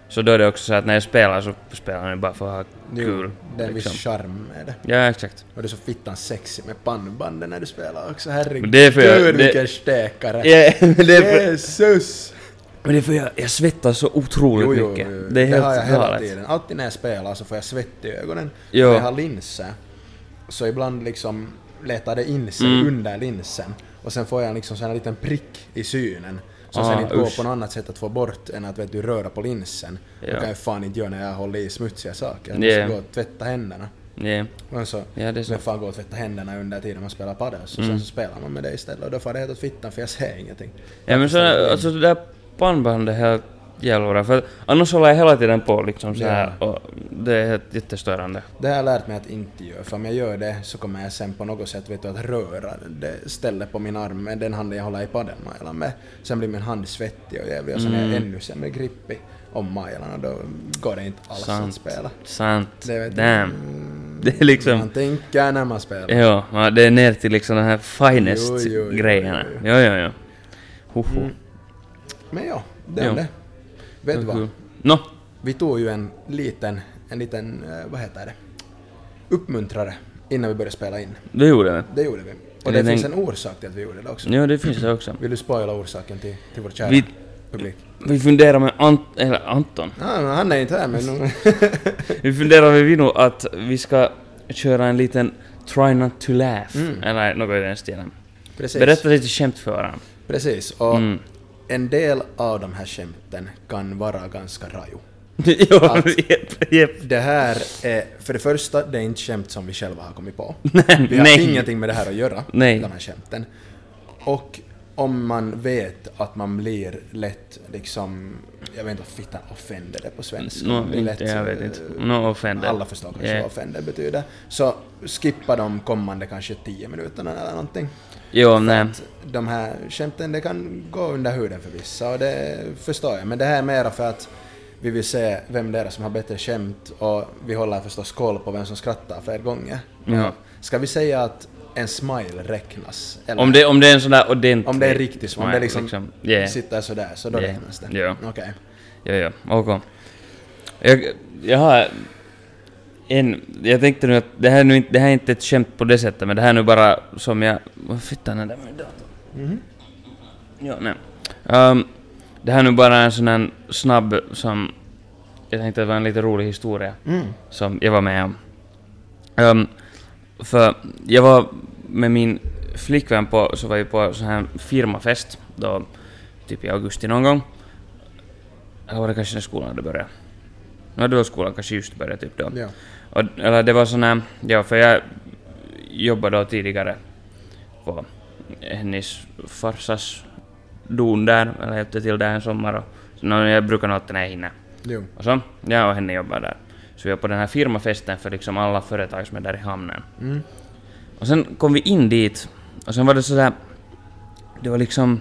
Speaker 3: Så då är det också så att när jag spelar så spelar jag bara för att ha
Speaker 2: Jo,
Speaker 3: kul.
Speaker 2: Det är en viss
Speaker 3: liksom.
Speaker 2: charm med det.
Speaker 3: Ja, exakt.
Speaker 2: Och det är så fittan sexy med pannbanden när du spelar också. Herregud,
Speaker 3: Men det är för jag- det-
Speaker 2: vilken stekare!
Speaker 3: men det är för,
Speaker 2: Jesus!
Speaker 3: men det är för jag, jag svettas så otroligt mycket. Det är
Speaker 2: har jag
Speaker 3: helt
Speaker 2: hela
Speaker 3: galet.
Speaker 2: tiden. Alltid när jag spelar så får jag svett i ögonen.
Speaker 3: Jo.
Speaker 2: När jag har linser så ibland liksom letar det in sig
Speaker 3: Mm.
Speaker 2: under linsen och sen får jag liksom sån här liten prick i synen som
Speaker 3: Ah,
Speaker 2: sen inte går
Speaker 3: usch.
Speaker 2: på något annat sätt att få bort än att vet du, röra på linsen. Det
Speaker 3: Ja.
Speaker 2: kan jag fan inte göra när jag håller i smutsiga saker. Jag
Speaker 3: Yeah.
Speaker 2: måste gå och tvätta händerna.
Speaker 3: Ja,
Speaker 2: Och så
Speaker 3: ja, det är så. Mm.
Speaker 2: vem fan går och tvättar händerna under tiden man spelar padel? Så sen så spelar man med det istället och då får det helt åt fittan för jag ser ingenting.
Speaker 3: Ja, men så, alltså det där pannbandet är helt jävla bra. För att annars håller jag hela tiden på liksom så här och det är helt jättestörande.
Speaker 2: Det har jag lärt mig att inte göra, för om jag gör det så kommer jag sen på något sätt vet du, att röra det stället på min arm med den handen jag håller i padelmajlan med. Sen blir min hand svettig och jävlig och sen
Speaker 3: Mm.
Speaker 2: är jag ännu sämre grippig om majlan och då går det inte alls att
Speaker 3: Sant.
Speaker 2: spela.
Speaker 3: Sant.
Speaker 2: Det vet
Speaker 3: Damn.
Speaker 2: Mm,
Speaker 3: Det är liksom...
Speaker 2: Man tänker när man spelar.
Speaker 3: Ja, ja, det är ner till liksom de här finest
Speaker 2: Jo, jo, jo,
Speaker 3: grejerna.
Speaker 2: jo,
Speaker 3: Jo, Mm. jo, jo. Hoho.
Speaker 2: Men ja, det är
Speaker 3: Ja.
Speaker 2: det. Vet du vad?
Speaker 3: Kul. Nå,
Speaker 2: Vi tog ju en liten, en liten, eh, vad heter det, uppmuntrare innan vi började spela in.
Speaker 3: det gjorde vi.
Speaker 2: Det gjorde vi. Och
Speaker 3: En
Speaker 2: det
Speaker 3: liten-
Speaker 2: finns en orsak till att vi gjorde det också.
Speaker 3: Jo, det finns det också.
Speaker 2: Vill du spoila orsaken till, till vår kära
Speaker 3: Vi-
Speaker 2: publik?
Speaker 3: Vi funderar med Ant- eller Anton.
Speaker 2: Ah, men han är inte här men...
Speaker 3: Vi funderar med Vino att vi ska köra en liten Try Not To Laugh, eller något i den stilen.
Speaker 2: Mm. Precis.
Speaker 3: Berätta lite skämt för varandra.
Speaker 2: Precis. Och
Speaker 3: Mm.
Speaker 2: en del av de här skämten kan vara ganska raju.
Speaker 3: jo, jepp, jepp.
Speaker 2: Det här är, för det första, det är inte skämt som vi själva har kommit på.
Speaker 3: Nej,
Speaker 2: Vi har
Speaker 3: nej.
Speaker 2: ingenting med det här att göra,
Speaker 3: Nej.
Speaker 2: de här skämten. Och om man vet att man blir lätt liksom, jag vet inte vad fittan offended är på svenska. Man
Speaker 3: Nå,
Speaker 2: blir
Speaker 3: inte, jag vet
Speaker 2: eh,
Speaker 3: inte. Mm. No offender. Eh.
Speaker 2: Alla förstår kanske
Speaker 3: Yeah.
Speaker 2: vad offended betyder. Så skippa de kommande kanske tio minuterna eller någonting.
Speaker 3: Jo, nej.
Speaker 2: De här skämten, det kan gå under huden för vissa och det förstår jag. Men det här är mera för att vi vill se vem det är som har bättre skämt och vi håller förstås koll på vem som skrattar fler gånger. Mm.
Speaker 3: Ja.
Speaker 2: Ska vi säga att en smile räknas? Eller
Speaker 3: Om det, om det är en sån där ordentlig...
Speaker 2: om det är riktigt så, om det liksom,
Speaker 3: yeah.
Speaker 2: sitter sådär, så då
Speaker 3: Yeah.
Speaker 2: räknas det.
Speaker 3: Ja.
Speaker 2: Okej.
Speaker 3: Jo, jo, okej. Jag, jag har... En, jag tänkte nu att det här, är nu, inte- det här är inte ett skämt på det sättet, men det här är nu bara som jag... Vad fittan är det med datorn? Ja, nej. Ehm, det här är nu bara en sån här snabb som... Jag tänkte att det var en lite rolig historia
Speaker 2: Mm.
Speaker 3: som jag var med om. Ehm, för jag var med min flickvän på, så var vi på sån här firmafest då, typ i augusti någon gång. Eller var det kanske när skolan hade börjat? Ja, då skolan kanske just börjat typ då.
Speaker 2: Ja.
Speaker 3: Och, eller det var sån här, ja för jag jobbade då tidigare på hennes farsas don där, eller hjälpte till där en sommar och så, no, jag brukar nog alltid när jag hinner.
Speaker 2: Jo.
Speaker 3: Och så, jag och henne jobbar där. Så vi var på den här firmafesten för liksom alla företag som är där i hamnen.
Speaker 2: Mm.
Speaker 3: Och sen kom vi in dit och sen var det sådär, det var liksom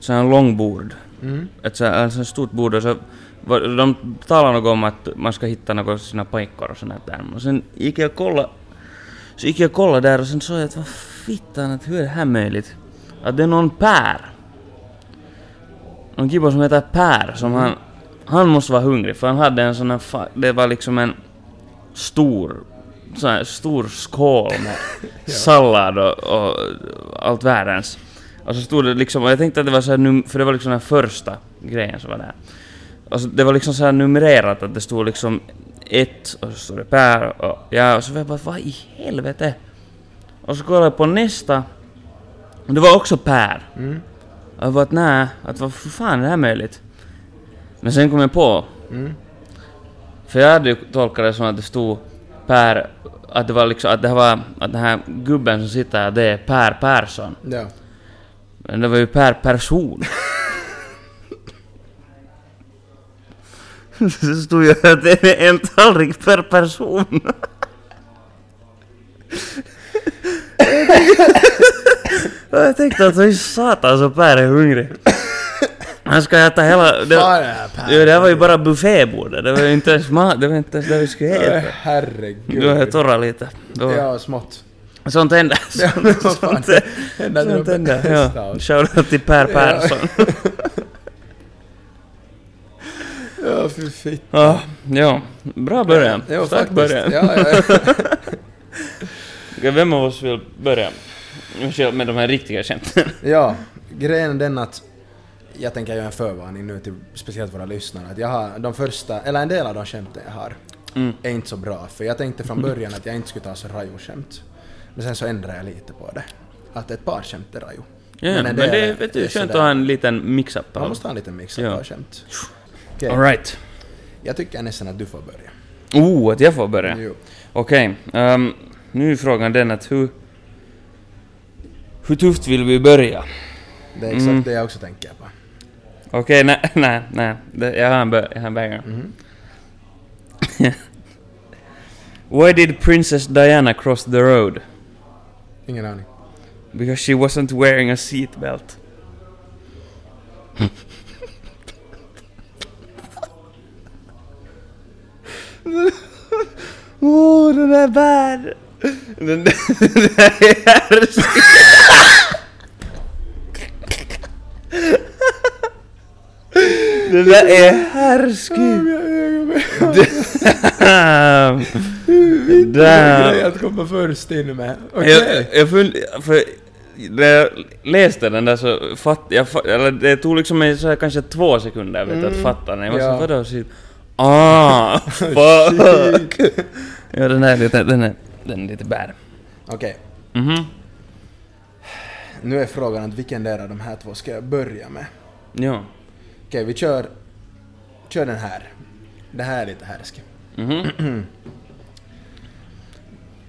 Speaker 3: sådär långbord.
Speaker 2: Mm.
Speaker 3: Ett sådär, alltså ett stort bord och så var, de talade något om att man ska hitta något sina pojkar och sånt där. Och sen gick jag och kollade, så gick jag och kollade där och sen såg jag att vad fittan, att hur är det här möjligt? Att det är någon Per. Någon gibbo som heter Per som han, han måste vara hungrig för han hade en sån här, fa- det var liksom en stor, sån här stor skål med sallad och, och allt världens. Och så stod det liksom, och jag tänkte att det var så här, num- för det var liksom den första grejen som var där. Och så, det var liksom så här numrerat att det stod liksom ett och så stod det Per och ja, och så var jag bara vad i helvete? Och så kollade jag på nästa och det var också Per.
Speaker 2: Mm.
Speaker 3: Och jag bara att nä, att vad för fan är det här möjligt? Men sen kom jag på
Speaker 2: Mm.
Speaker 3: för jag hade ju tolkat det som att det stod Per, att det var liksom, att det här var, att den här gubben som sitter här, det är Per Persson.
Speaker 2: Ja.
Speaker 3: Men det var ju Per Person. Så stod ju att det är en tallrik per person. Och jag tänkte att oj satan så Per är hungrig. Han ska äta hela... det-
Speaker 2: Fan, det här Per.
Speaker 3: Ja, det här var ju bara buffébordet, det var ju inte ens mat, det var inte ens det vi skulle
Speaker 2: Äh,
Speaker 3: äta.
Speaker 2: Herregud.
Speaker 3: Då har jag torrat lite. Då,
Speaker 2: Ja, smått.
Speaker 3: Sånt händer.
Speaker 2: Ja, men vad fan,
Speaker 3: Sånt,
Speaker 2: Ända till
Speaker 3: sånt
Speaker 2: de
Speaker 3: händer.
Speaker 2: bästa
Speaker 3: Ja.
Speaker 2: av-
Speaker 3: Shoutout till Per
Speaker 2: Ja.
Speaker 3: Persson.
Speaker 2: Ja, fy fitt.
Speaker 3: Ja, ja. bra början.
Speaker 2: Jo,
Speaker 3: Stark
Speaker 2: faktiskt.
Speaker 3: början.
Speaker 2: Ja, ja, ja.
Speaker 3: Okej, Vem av oss vill börja? Michel, Med de här riktiga skämten.
Speaker 2: ja, grejen är den att jag tänker göra en förvarning nu till speciellt våra lyssnare att jag har de första, eller en del av de skämten jag har
Speaker 3: Mm.
Speaker 2: är inte så bra för jag tänkte från början att jag inte skulle ta så raju skämt. Men sen så ändrade jag lite på det. Att ett par skämt är raju.
Speaker 3: Ja, men,
Speaker 2: en del
Speaker 3: det
Speaker 2: är-
Speaker 3: är vet du,
Speaker 2: är
Speaker 3: skönt att
Speaker 2: sådär-
Speaker 3: ha en liten mix-up.
Speaker 2: Man måste ha en liten mix av
Speaker 3: Ja.
Speaker 2: par skämt. Okej,
Speaker 3: Alright.
Speaker 2: jag tycker nästan att du får börja.
Speaker 3: Oh, att jag får börja.
Speaker 2: Jo.
Speaker 3: Okej, ehm, nu är frågan den att hur... Hur tufft vill vi börja?
Speaker 2: Det är exakt
Speaker 3: Mm.
Speaker 2: det jag också tänker på.
Speaker 3: Okej, nej, nej, nej. Det- Jag har en, bö- jag har en banger.
Speaker 2: Mhm.
Speaker 3: Why did Princess Diana cross the road?
Speaker 2: Ingen aning.
Speaker 3: Because she wasn't wearing a seatbelt. Åh, den är bad! Den, den är så Den där är härskig! Damn! Damn!
Speaker 2: att komma först in med.
Speaker 3: Jag, jag fund, för när jag läste den där så fattade jag, fa- eller det tog liksom mig så här kanske två sekunder vet, du, att fatta den. Jag var
Speaker 2: Ja.
Speaker 3: så vadå? Så, ah, fuck! ja den där är lite, den är, den är lite bär.
Speaker 2: Okej,
Speaker 3: Mhm.
Speaker 2: nu är frågan att vilken där av de här två ska jag börja med?
Speaker 3: Ja.
Speaker 2: Okej, vi kör, kör den här. Det här är lite härsk.
Speaker 3: Mhm.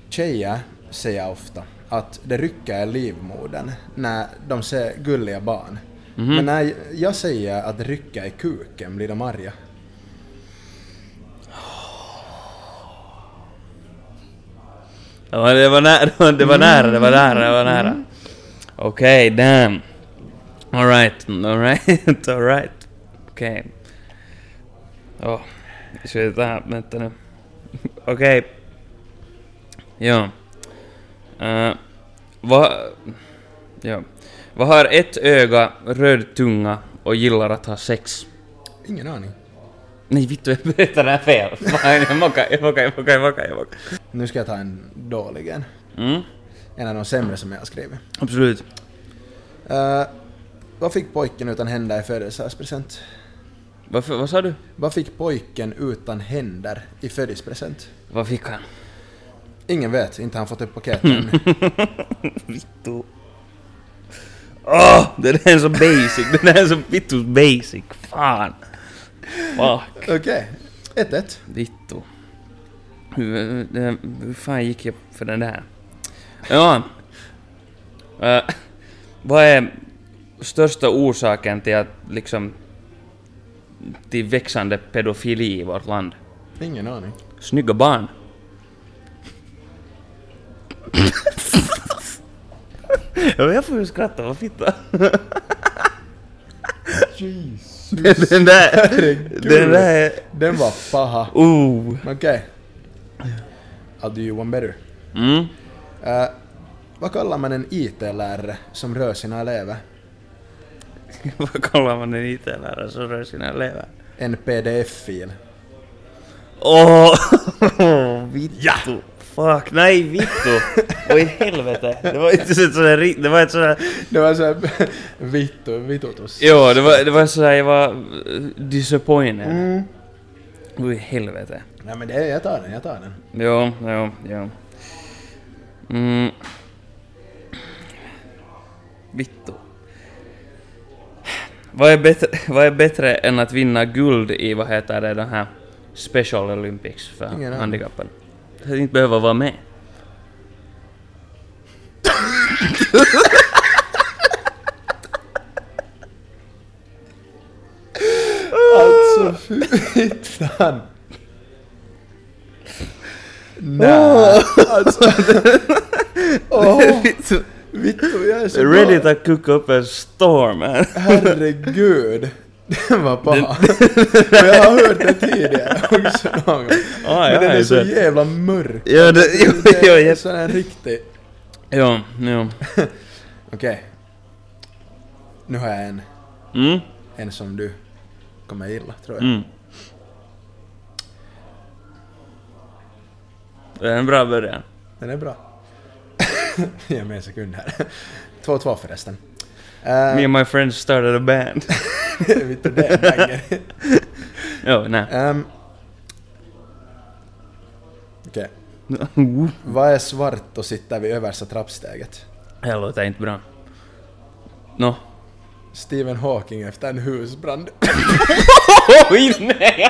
Speaker 2: Tjejer säger ofta att det rycker i livmodern när de ser gulliga barn. Men när jag säger att det rycker i kuken blir de arga.
Speaker 3: Det var, det var nära, det var, det var nära, det var nära, det var nära. Okej, damn. Alright, alright, alright. Okej. Åh, oh, ska vi ta här, vänta nu. Okej. Ja. Eh, vad... Ja. Vad har ett öga, röd tunga och gillar att ha sex?
Speaker 2: Ingen aning.
Speaker 3: Nej vittu, jag berättar det här fel. Fan, jag mockar, jag mockar, jag mockar, jag mockar, jag mockar.
Speaker 2: Nu ska jag ta en dålig en.
Speaker 3: Mm,
Speaker 2: En av de sämre som jag har skrivit.
Speaker 3: absolut.
Speaker 2: Eh, vad fick pojken utan händer i födelsedagspresent?
Speaker 3: Varför, vad sa du?
Speaker 2: Vad fick pojken utan händer i födelsedagspresent?
Speaker 3: Vad fick han?
Speaker 2: Ingen vet, inte har han fått ett paket
Speaker 3: Mm.
Speaker 2: än.
Speaker 3: Vittu. Åh, den här Ah, är så basic. Den här är så vittu basic. Fan. Fuck.
Speaker 2: Okej, 1-1.
Speaker 3: Vittu. Hur, det- hur fan gick jag för den där? Ja. Eh, vad är största orsaken till att liksom till växande pedofili i vårt land?
Speaker 2: Ingen aning.
Speaker 3: Snygga barn. ja, men jag får ju skratta, vad fitta. Jesus. Den där, den där,
Speaker 2: Den var paha.
Speaker 3: oh.
Speaker 2: Okej. I'll do you one better.
Speaker 3: Mm.
Speaker 2: Eh, vad kallar man en IT-lärare som rör sina elever?
Speaker 3: Vad kallar man en IT-lärare som rör sina elever?
Speaker 2: En pdf-fil.
Speaker 3: Åh, oh, vittu. Fuck, nej vittu. Oj helvete. Det var inte så ett sådär, ri- det var ett sådär
Speaker 2: Det var såhär vittu, vitutus.
Speaker 3: Jo, det var, det var sådär, jag var eh, disappointed.
Speaker 2: Mm.
Speaker 3: Oj helvete.
Speaker 2: Nej men det, jag tar den, jag tar den.
Speaker 3: Jo, jo, jo. Mm. Vittu. Vad är, bättre, vad är bättre än att vinna guld i, vad heter det, den här Special Olympics för
Speaker 2: Ingen aning.
Speaker 3: handikappade? Att inte behöva vara med.
Speaker 2: Alltså fittan. Nej, alltså. Åh, vittu jag är så
Speaker 3: Ready to
Speaker 2: glad.
Speaker 3: cook up a storm, man.
Speaker 2: Herregud. Den var paha. Och jag har hört det tidigare också någon gång.
Speaker 3: Ah,
Speaker 2: Men den är
Speaker 3: ja,
Speaker 2: så
Speaker 3: så...
Speaker 2: jävla mörk.
Speaker 3: Ja, det, jo, jo,
Speaker 2: Det är
Speaker 3: yes.
Speaker 2: sån här riktig...
Speaker 3: jo, jo.
Speaker 2: Okej. Nu har jag en.
Speaker 3: Mm,
Speaker 2: En som du kommer gilla, tror jag.
Speaker 3: mm. Det är en bra början.
Speaker 2: Den är bra. Ge mig en sekund här. 2-2 förresten. Eh,
Speaker 3: Me and my friends started a band.
Speaker 2: vi tog den vägen.
Speaker 3: jo, nej.
Speaker 2: Ehm, Okej. Vad är svart och sitter vid översta trappsteget?
Speaker 3: Det här låter inte bra. Nå.
Speaker 2: Stephen Hawking efter en husbrand.
Speaker 3: Oj, nej!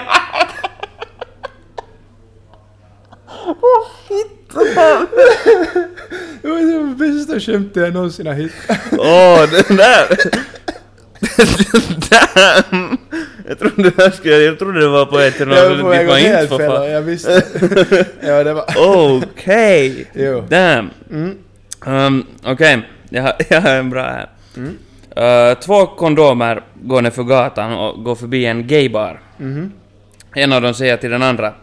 Speaker 2: det var det bästa skämtet jag någonsin har hittat.
Speaker 3: Åh, den där! den där! Jag trodde det här skulle... Jag trodde det var på ett... Jag
Speaker 2: jag var på väg åt helt fel och jag visste. ja, det var...
Speaker 3: Okej!
Speaker 2: Jo.
Speaker 3: Damn!
Speaker 2: Mm.
Speaker 3: Um, Okej, jag, har- jag har en bra här.
Speaker 2: Mm.
Speaker 3: Uh, två kondomer går ner för gatan och går förbi en gaybar.
Speaker 2: Mhm.
Speaker 3: En av dem säger till den andra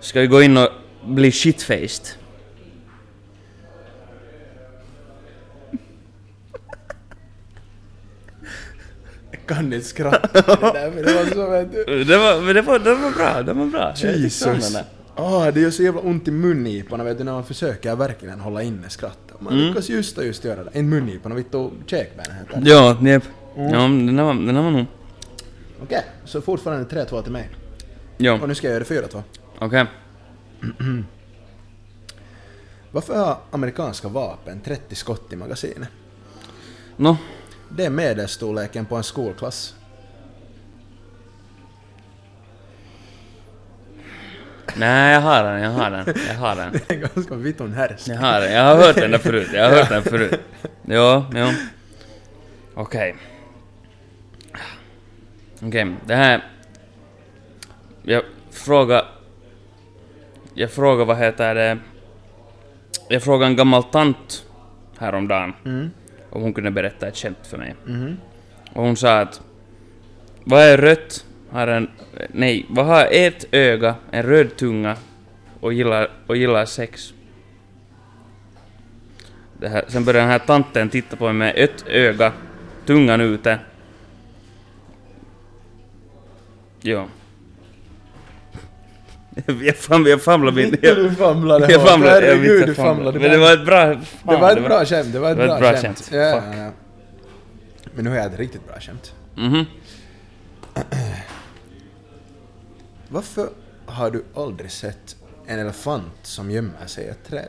Speaker 3: Ska vi gå in och bli shitfaced?
Speaker 2: Jag kan inte skratta åt det där, men det var så vet du.
Speaker 3: Uh, Det var, men det var, det var bra, det var bra. Jag tyckte om den
Speaker 2: Jesus.
Speaker 3: där.
Speaker 2: Ah, det gör så jävla ont i mungiporna vet du när man försöker verkligen hålla inne skrattet. Man
Speaker 3: Mm.
Speaker 2: lyckas just och just göra det. En mungiporna, vittu käkben heter det.
Speaker 3: Ja, nej.
Speaker 2: Mm.
Speaker 3: Ja, men den där var, den där var nog...
Speaker 2: Okej, så fortfarande 3-2 till mig.
Speaker 3: Ja,
Speaker 2: Och nu ska jag göra det 4-2.
Speaker 3: okej.
Speaker 2: Varför har amerikanska vapen 30 skott i magasinet?
Speaker 3: Nå,
Speaker 2: Det är medelstorleken på en skolklass.
Speaker 3: nej jag har den, jag har den, jag har den.
Speaker 2: Det är ganska vitton härsk.
Speaker 3: Jag har den, jag har hört den där förut, jag har hört den förut. Ja, ja. Okej. Okej, det här... Jag frågar... Jag frågar vad heter det... Jag frågar en gammal tant häromdagen
Speaker 2: Mm.
Speaker 3: och hon kunde berätta ett skämt för mig.
Speaker 2: Mhm.
Speaker 3: Och hon sa att... Vad är rött? Har en... Nej, vad har ett öga, en röd tunga och gillar, och gillar sex? Det här, sen började den här tanten titta på mig med ett öga, tungan ute. Ja. jag, fam, jag famlade min... Jag,
Speaker 2: Du famlade
Speaker 3: jag
Speaker 2: hårt.
Speaker 3: famlade, jag minns
Speaker 2: Herregud,
Speaker 3: att
Speaker 2: du
Speaker 3: jag famlade.
Speaker 2: famlade.
Speaker 3: Men det var ett bra... Fan,
Speaker 2: det var ett bra skämt. Det var ett bra, skämt. Ja,
Speaker 3: Fuck.
Speaker 2: ja, ja. Men nu har jag ett riktigt bra skämt.
Speaker 3: Mhm.
Speaker 2: Varför har du aldrig sett en elefant som gömmer sig i ett träd?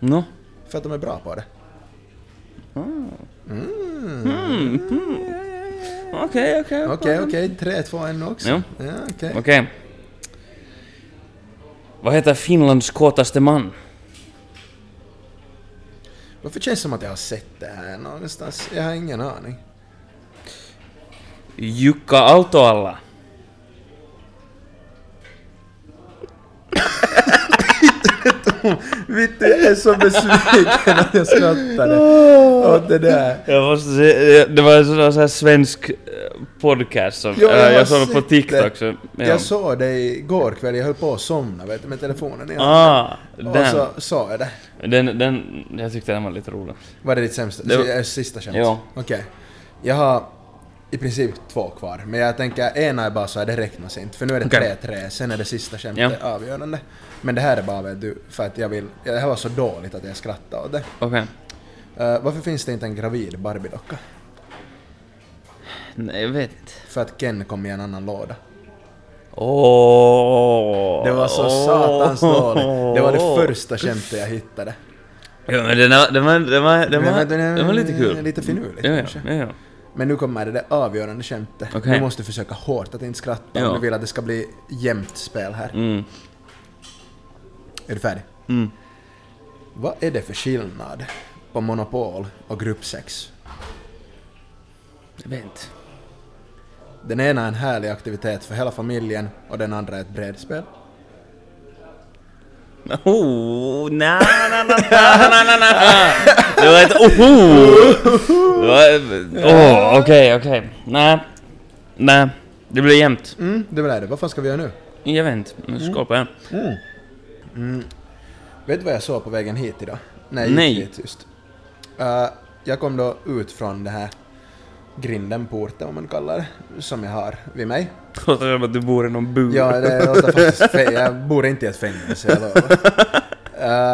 Speaker 3: Nå?
Speaker 2: För att de är bra på det.
Speaker 3: Okej, okej.
Speaker 2: Okej, okej. Tre, två, en också.
Speaker 3: Ja.
Speaker 2: Ja, okej.
Speaker 3: Okej. Vad heter Finlands kåtaste man?
Speaker 2: Varför känns det som att jag har sett det här någonstans? Jag har ingen aning.
Speaker 3: Jukka Aaltoalla.
Speaker 2: Vittu, jag är så besviken att jag skrattade åt det där.
Speaker 3: Jag måste se, eh, det var en sån här svensk eh, podcast som
Speaker 2: Jo, jag
Speaker 3: eh,
Speaker 2: har
Speaker 3: jag såg det på
Speaker 2: sett det.
Speaker 3: TikTok. Så, ja.
Speaker 2: Jag såg dig igår kväll, jag höll på att somna vet du, med telefonen i handen.
Speaker 3: Ah,
Speaker 2: Och
Speaker 3: den.
Speaker 2: så sa jag det.
Speaker 3: den. Den, jag tyckte den var lite rolig.
Speaker 2: Var det ditt sämsta?
Speaker 3: Det var-
Speaker 2: eh, Sista skämt?
Speaker 3: Ja.
Speaker 2: Okej. Jag har i princip två kvar, men jag tänker ena är bara så här, det räknas inte. För nu är det
Speaker 3: Okej.
Speaker 2: 3-3, sen är det sista skämtet avgörande. Men det här är bara vet du, för att jag vill... Det här var så dåligt att jag skrattade åt det.
Speaker 3: Okej.
Speaker 2: Eh, varför finns det inte en gravid Barbie-docka?
Speaker 3: Nej, jag vet inte.
Speaker 2: För att Ken kom i en annan låda.
Speaker 3: Åh.
Speaker 2: Det var så satans dåligt. Det var det första skämtet jag hittade.
Speaker 3: Ja, men den var, den var, den var, den var, den var lite kul.
Speaker 2: Lite finurligt
Speaker 3: Ja, ja,
Speaker 2: kanske.
Speaker 3: ja, ja.
Speaker 2: Men nu kommer det där avgörande skämtet.
Speaker 3: Okej.
Speaker 2: Nu måste du försöka hårt att inte skratta
Speaker 3: Ja.
Speaker 2: om du vill att det ska bli jämnt spel här.
Speaker 3: Mm.
Speaker 2: Är du färdig?
Speaker 3: Mm.
Speaker 2: Vad är det för skillnad på monopol och gruppsex?
Speaker 3: Jag vet inte.
Speaker 2: Den ena är en härlig aktivitet för hela familjen och den andra är ett brädspel.
Speaker 3: Oh, na na na na na na na na. Det var ett oho! Det var- Åh, okej, okej. Nä. Nä. Det blir jämnt.
Speaker 2: Mm, det var det. Vad fan ska vi göra nu?
Speaker 3: Jag vet inte. Men Skål på er.
Speaker 2: Mm. Vet du vad jag såg på vägen hit idag? När jag gick
Speaker 3: Nej.
Speaker 2: hit just. Eh, jag kom då ut från det här grinden, porten om man kallar det, som jag har vid mig.
Speaker 3: Låter som att du bor i någon bur.
Speaker 2: Ja, det låter faktiskt fe- Jag bor inte i ett fängelse, jag lovar.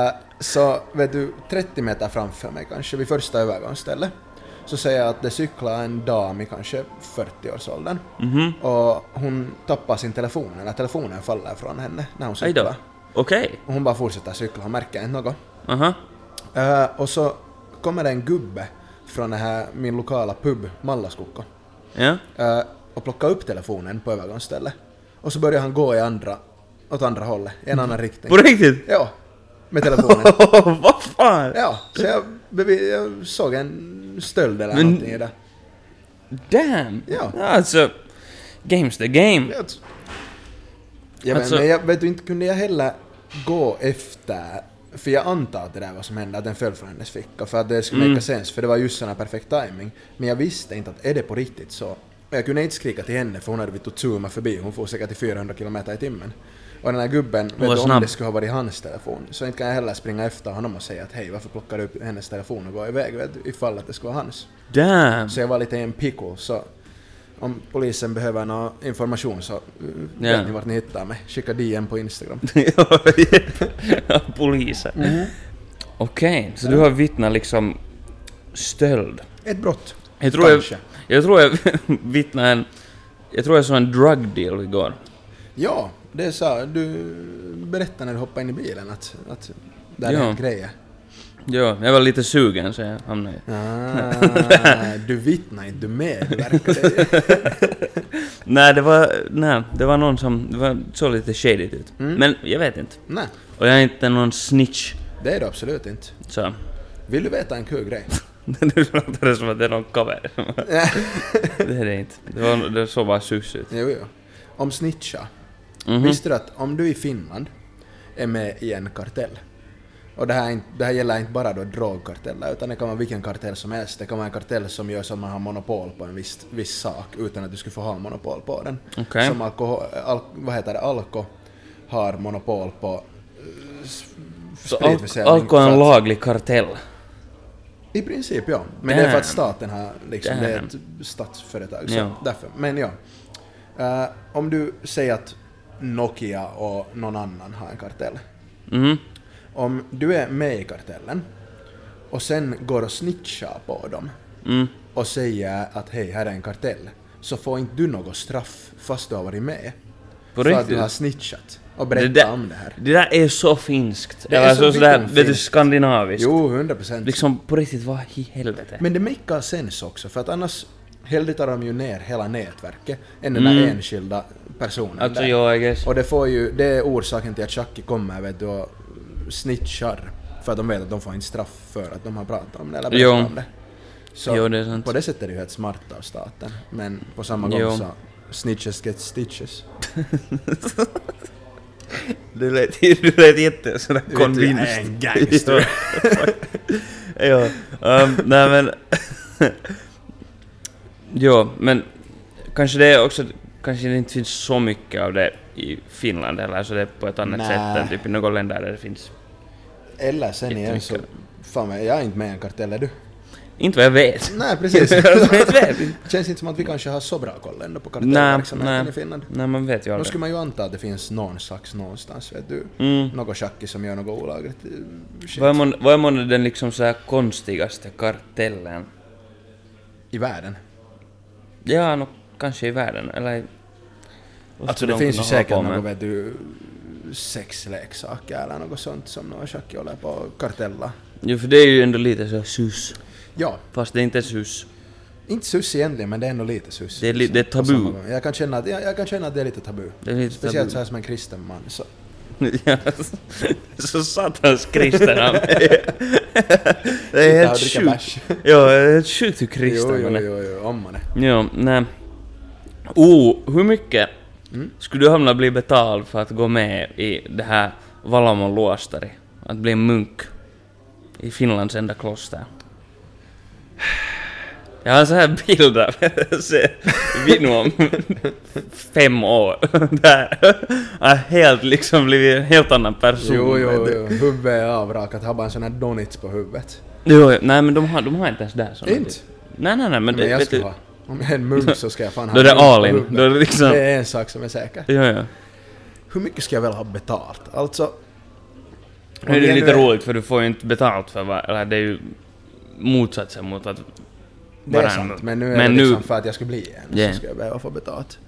Speaker 2: Eh, Så, vet du, 30 meter framför mig kanske, vid första övergångsstället, så ser jag att det cyklar en dam i kanske 40-årsåldern.
Speaker 3: Mhm.
Speaker 2: Och hon tappar sin telefon, eller telefonen faller från henne när hon
Speaker 3: Aj då.
Speaker 2: cyklar.
Speaker 3: Okej.
Speaker 2: Och hon bara fortsätter cykla, hon märker inte något.
Speaker 3: Aha.
Speaker 2: Eh, och så kommer det en gubbe från den här, min lokala pub, Mallaskukko,
Speaker 3: Ja.
Speaker 2: eh, och plockar upp telefonen på övergångsstället. Och så börjar han gå i andra, åt andra hållet, i en annan riktning.
Speaker 3: Mm. På riktigt?
Speaker 2: Ja, med telefonen.
Speaker 3: Vad fan?
Speaker 2: Ja, så jag, bevi- jag såg en stöld eller
Speaker 3: Men-
Speaker 2: någonting i det.
Speaker 3: Damn.
Speaker 2: Ja.
Speaker 3: Alltså. Game's the game.
Speaker 2: Jag, jag
Speaker 3: Mm. Alltså-
Speaker 2: vet, men jag vet du, inte kunde jag heller gå efter, för jag antar att det där var som hände, att den föll från hennes ficka, för att det skulle
Speaker 3: Mm.
Speaker 2: make sense, för det var just sån här perfekt timing. Men jag visste inte att är det på riktigt så. Och jag kunde inte skrika till henne för hon hade vittu zooma förbi, hon får säkert till 400 km i timmen. Och den här gubben, vet
Speaker 3: var
Speaker 2: du, om
Speaker 3: snabb.
Speaker 2: det skulle ha varit hans telefon, så inte kan jag heller springa efter honom och säga att hej, varför plockar du upp hennes telefon och går iväg, vet du, ifall att det skulle vara hans.
Speaker 3: Damn.
Speaker 2: Så jag var lite i en pickle, så om polisen behöver någon information så mm,
Speaker 3: Ja.
Speaker 2: vet ni vart ni hittar mig. Skicka DM på Instagram.
Speaker 3: Ja, ja, Polisen.
Speaker 2: Mm.
Speaker 3: Okej, så du har vittnat liksom stöld.
Speaker 2: Ett brott.
Speaker 3: Jag tror jag,
Speaker 2: Kanske.
Speaker 3: jag, tror jag vittnade en... Jag tror jag såg en drug deal igår.
Speaker 2: Ja, det är så. Du berättade när du hoppade in i bilen att, att där
Speaker 3: Ja.
Speaker 2: är en grejer.
Speaker 3: Ja, jag var lite sugen så jag hamnade i...
Speaker 2: Ah, du vittnar inte, du medverkar.
Speaker 3: Nej, det var... Nej, det var någon som... Det var, såg lite shadigt ut.
Speaker 2: Mm.
Speaker 3: Men jag vet inte.
Speaker 2: Nej,
Speaker 3: Och jag är inte någon snitch,
Speaker 2: det är du absolut inte.
Speaker 3: så...
Speaker 2: Vill du veta en kul grej?
Speaker 3: Det låter som att det är någon cover. det är det inte. Det, var, det såg bara sus ut.
Speaker 2: Jo, jo. Om snitcha.
Speaker 3: Mhm.
Speaker 2: Visste du att om du i Finland är med i en kartell, och det här, är inte- det här gäller inte bara då drogkarteller, utan det kan vara vilken kartell som helst. Det kan vara en kartell som gör så att man har monopol på en viss, viss sak utan att du skulle få ha monopol på den.
Speaker 3: Okej.
Speaker 2: Som alkohol, al, vad heter det, Alko har monopol på eh, s-
Speaker 3: Så al-
Speaker 2: spritförsäljning.
Speaker 3: Alko är
Speaker 2: för
Speaker 3: en
Speaker 2: att-
Speaker 3: laglig kartell.
Speaker 2: i princip ja. Men det är för att
Speaker 3: Damn.
Speaker 2: staten har liksom, det är
Speaker 3: Damn.
Speaker 2: ett statsföretag. Så
Speaker 3: Ja.
Speaker 2: därför. Men ja. Eh, om du säger att Nokia och någon annan har en kartell.
Speaker 3: Mhm.
Speaker 2: Om du är med i kartellen och sen går och snitchar på dem
Speaker 3: Mm.
Speaker 2: och säger att hej, här är en kartell, så får inte du något straff fast du har varit med.
Speaker 3: På
Speaker 2: för att
Speaker 3: riktigt?
Speaker 2: du har snitchat och
Speaker 3: Det
Speaker 2: berättat
Speaker 3: där-
Speaker 2: om det här.
Speaker 3: Det där är så finskt.
Speaker 2: Det är
Speaker 3: Eller
Speaker 2: så
Speaker 3: så sådär,
Speaker 2: vittu
Speaker 3: vet du,
Speaker 2: finskt.
Speaker 3: skandinaviskt.
Speaker 2: Jo, 100 procent.
Speaker 3: Liksom på riktigt, vad i helvete?
Speaker 2: Men det makar sens också, för att annars hellre tar de ju ner hela nätverket än den där
Speaker 3: Mm.
Speaker 2: enskilda personen
Speaker 3: alltså
Speaker 2: där.
Speaker 3: jag, I guess.
Speaker 2: Och det, får ju, det är orsaken till att Chucky kommer vet du, och snitchar. För att de vet att de får inte straff för att de har pratat om det eller berättat
Speaker 3: Jo.
Speaker 2: om det. Så
Speaker 3: Jo, det är sant.
Speaker 2: på det sättet är det ju helt smart av staten. Men på samma gång
Speaker 3: Jo.
Speaker 2: så snitches get stitches.
Speaker 3: Du lät, du lät jätte sådär
Speaker 2: Du vet, jag är en gangster.
Speaker 3: ja, um, nej men... jo, men kanske det är också... Kanske det inte finns så mycket av det i Finland eller så det är på ett annat
Speaker 2: Nä.
Speaker 3: sätt än typ i något länder där det finns.
Speaker 2: Eller sen igen så... Fan, men jag är inte med i en kartell, är du?
Speaker 3: Inte vad jag vet.
Speaker 2: Nej, precis.
Speaker 3: Alltså, jag vet inte.
Speaker 2: Känns inte som att vi kanske har så bra koll ändå på
Speaker 3: nej,
Speaker 2: kartellverksamheten i
Speaker 3: nej,
Speaker 2: Finland.
Speaker 3: nej, man vet ju
Speaker 2: Då
Speaker 3: aldrig.
Speaker 2: skulle man ju anta att det finns någon slags någonstans, vet du.
Speaker 3: Mm.
Speaker 2: Något tjackis som gör något olagligt. eh, Shit.
Speaker 3: Vad är mån- Vad är månne den liksom så här konstigaste kartellen?
Speaker 2: I världen.
Speaker 3: Ja, nog kanske i världen, eller... i-
Speaker 2: Alltså
Speaker 3: Skulle
Speaker 2: det
Speaker 3: de
Speaker 2: finns ju
Speaker 3: kunna hålla på
Speaker 2: säkert
Speaker 3: med?
Speaker 2: något, vet du, sexleksaker eller något sånt som någon tjackis håller på och kartella.
Speaker 3: Jo, för det är ju ändå lite så här sus.
Speaker 2: Ja,
Speaker 3: Fast det är inte sus.
Speaker 2: inte sus egentligen, men det är ändå lite sus.
Speaker 3: Det är li- det är
Speaker 2: På
Speaker 3: tabu.
Speaker 2: samma gång. Jag kan, känna att, jag, jag kan känna att det är lite tabu.
Speaker 3: Det är lite
Speaker 2: Speciellt så
Speaker 3: tabu.
Speaker 2: här som en kristen man. Så.
Speaker 3: Ja, så satans kristen han är. Det är
Speaker 2: Sitter
Speaker 3: helt
Speaker 2: och dricker
Speaker 3: sjukt.
Speaker 2: bärs.
Speaker 3: Jo, det är helt sjukt hur
Speaker 2: Jo,
Speaker 3: kristen
Speaker 2: jo,
Speaker 3: man är.
Speaker 2: jo, jo, om man är.
Speaker 3: Jo, nej. Oh, hur mycket
Speaker 2: Mm.
Speaker 3: skulle du hamna bli betald för att gå med i det här Valamon luostari? Att bli en munk i Finlands enda kloster? Jag har så här bilder, se Vino om fem år. Där. Jag har helt liksom blivit en helt annan person.
Speaker 2: Jo, jo,
Speaker 3: vet du.
Speaker 2: jo. Huvudet är avrakat, har bara en sån här donits på huvudet.
Speaker 3: jo. jo. Nej men de har, de har inte ens där sådana.
Speaker 2: Inte?
Speaker 3: Nej, nej, nej. Men,
Speaker 2: Men
Speaker 3: det,
Speaker 2: jag
Speaker 3: vet
Speaker 2: ska
Speaker 3: du.
Speaker 2: ha. Om jag är en munk så ska jag fan ha
Speaker 3: Då är det
Speaker 2: en munk på
Speaker 3: all in.
Speaker 2: huvudet.
Speaker 3: Då är det liksom-
Speaker 2: Det är en sak som är säker.
Speaker 3: Jo, jo.
Speaker 2: Hur mycket ska jag väl ha betalt? Alltså...
Speaker 3: Nu är det
Speaker 2: jag
Speaker 3: lite
Speaker 2: nu
Speaker 3: roligt för du får ju inte betalt för vad, eller det är ju motsatsen mot att
Speaker 2: Det är
Speaker 3: vara en
Speaker 2: sant,
Speaker 3: munk.
Speaker 2: men nu är
Speaker 3: Men
Speaker 2: det liksom
Speaker 3: nu-
Speaker 2: för att jag ska bli en
Speaker 3: Yeah.
Speaker 2: så ska jag behöva få betalt.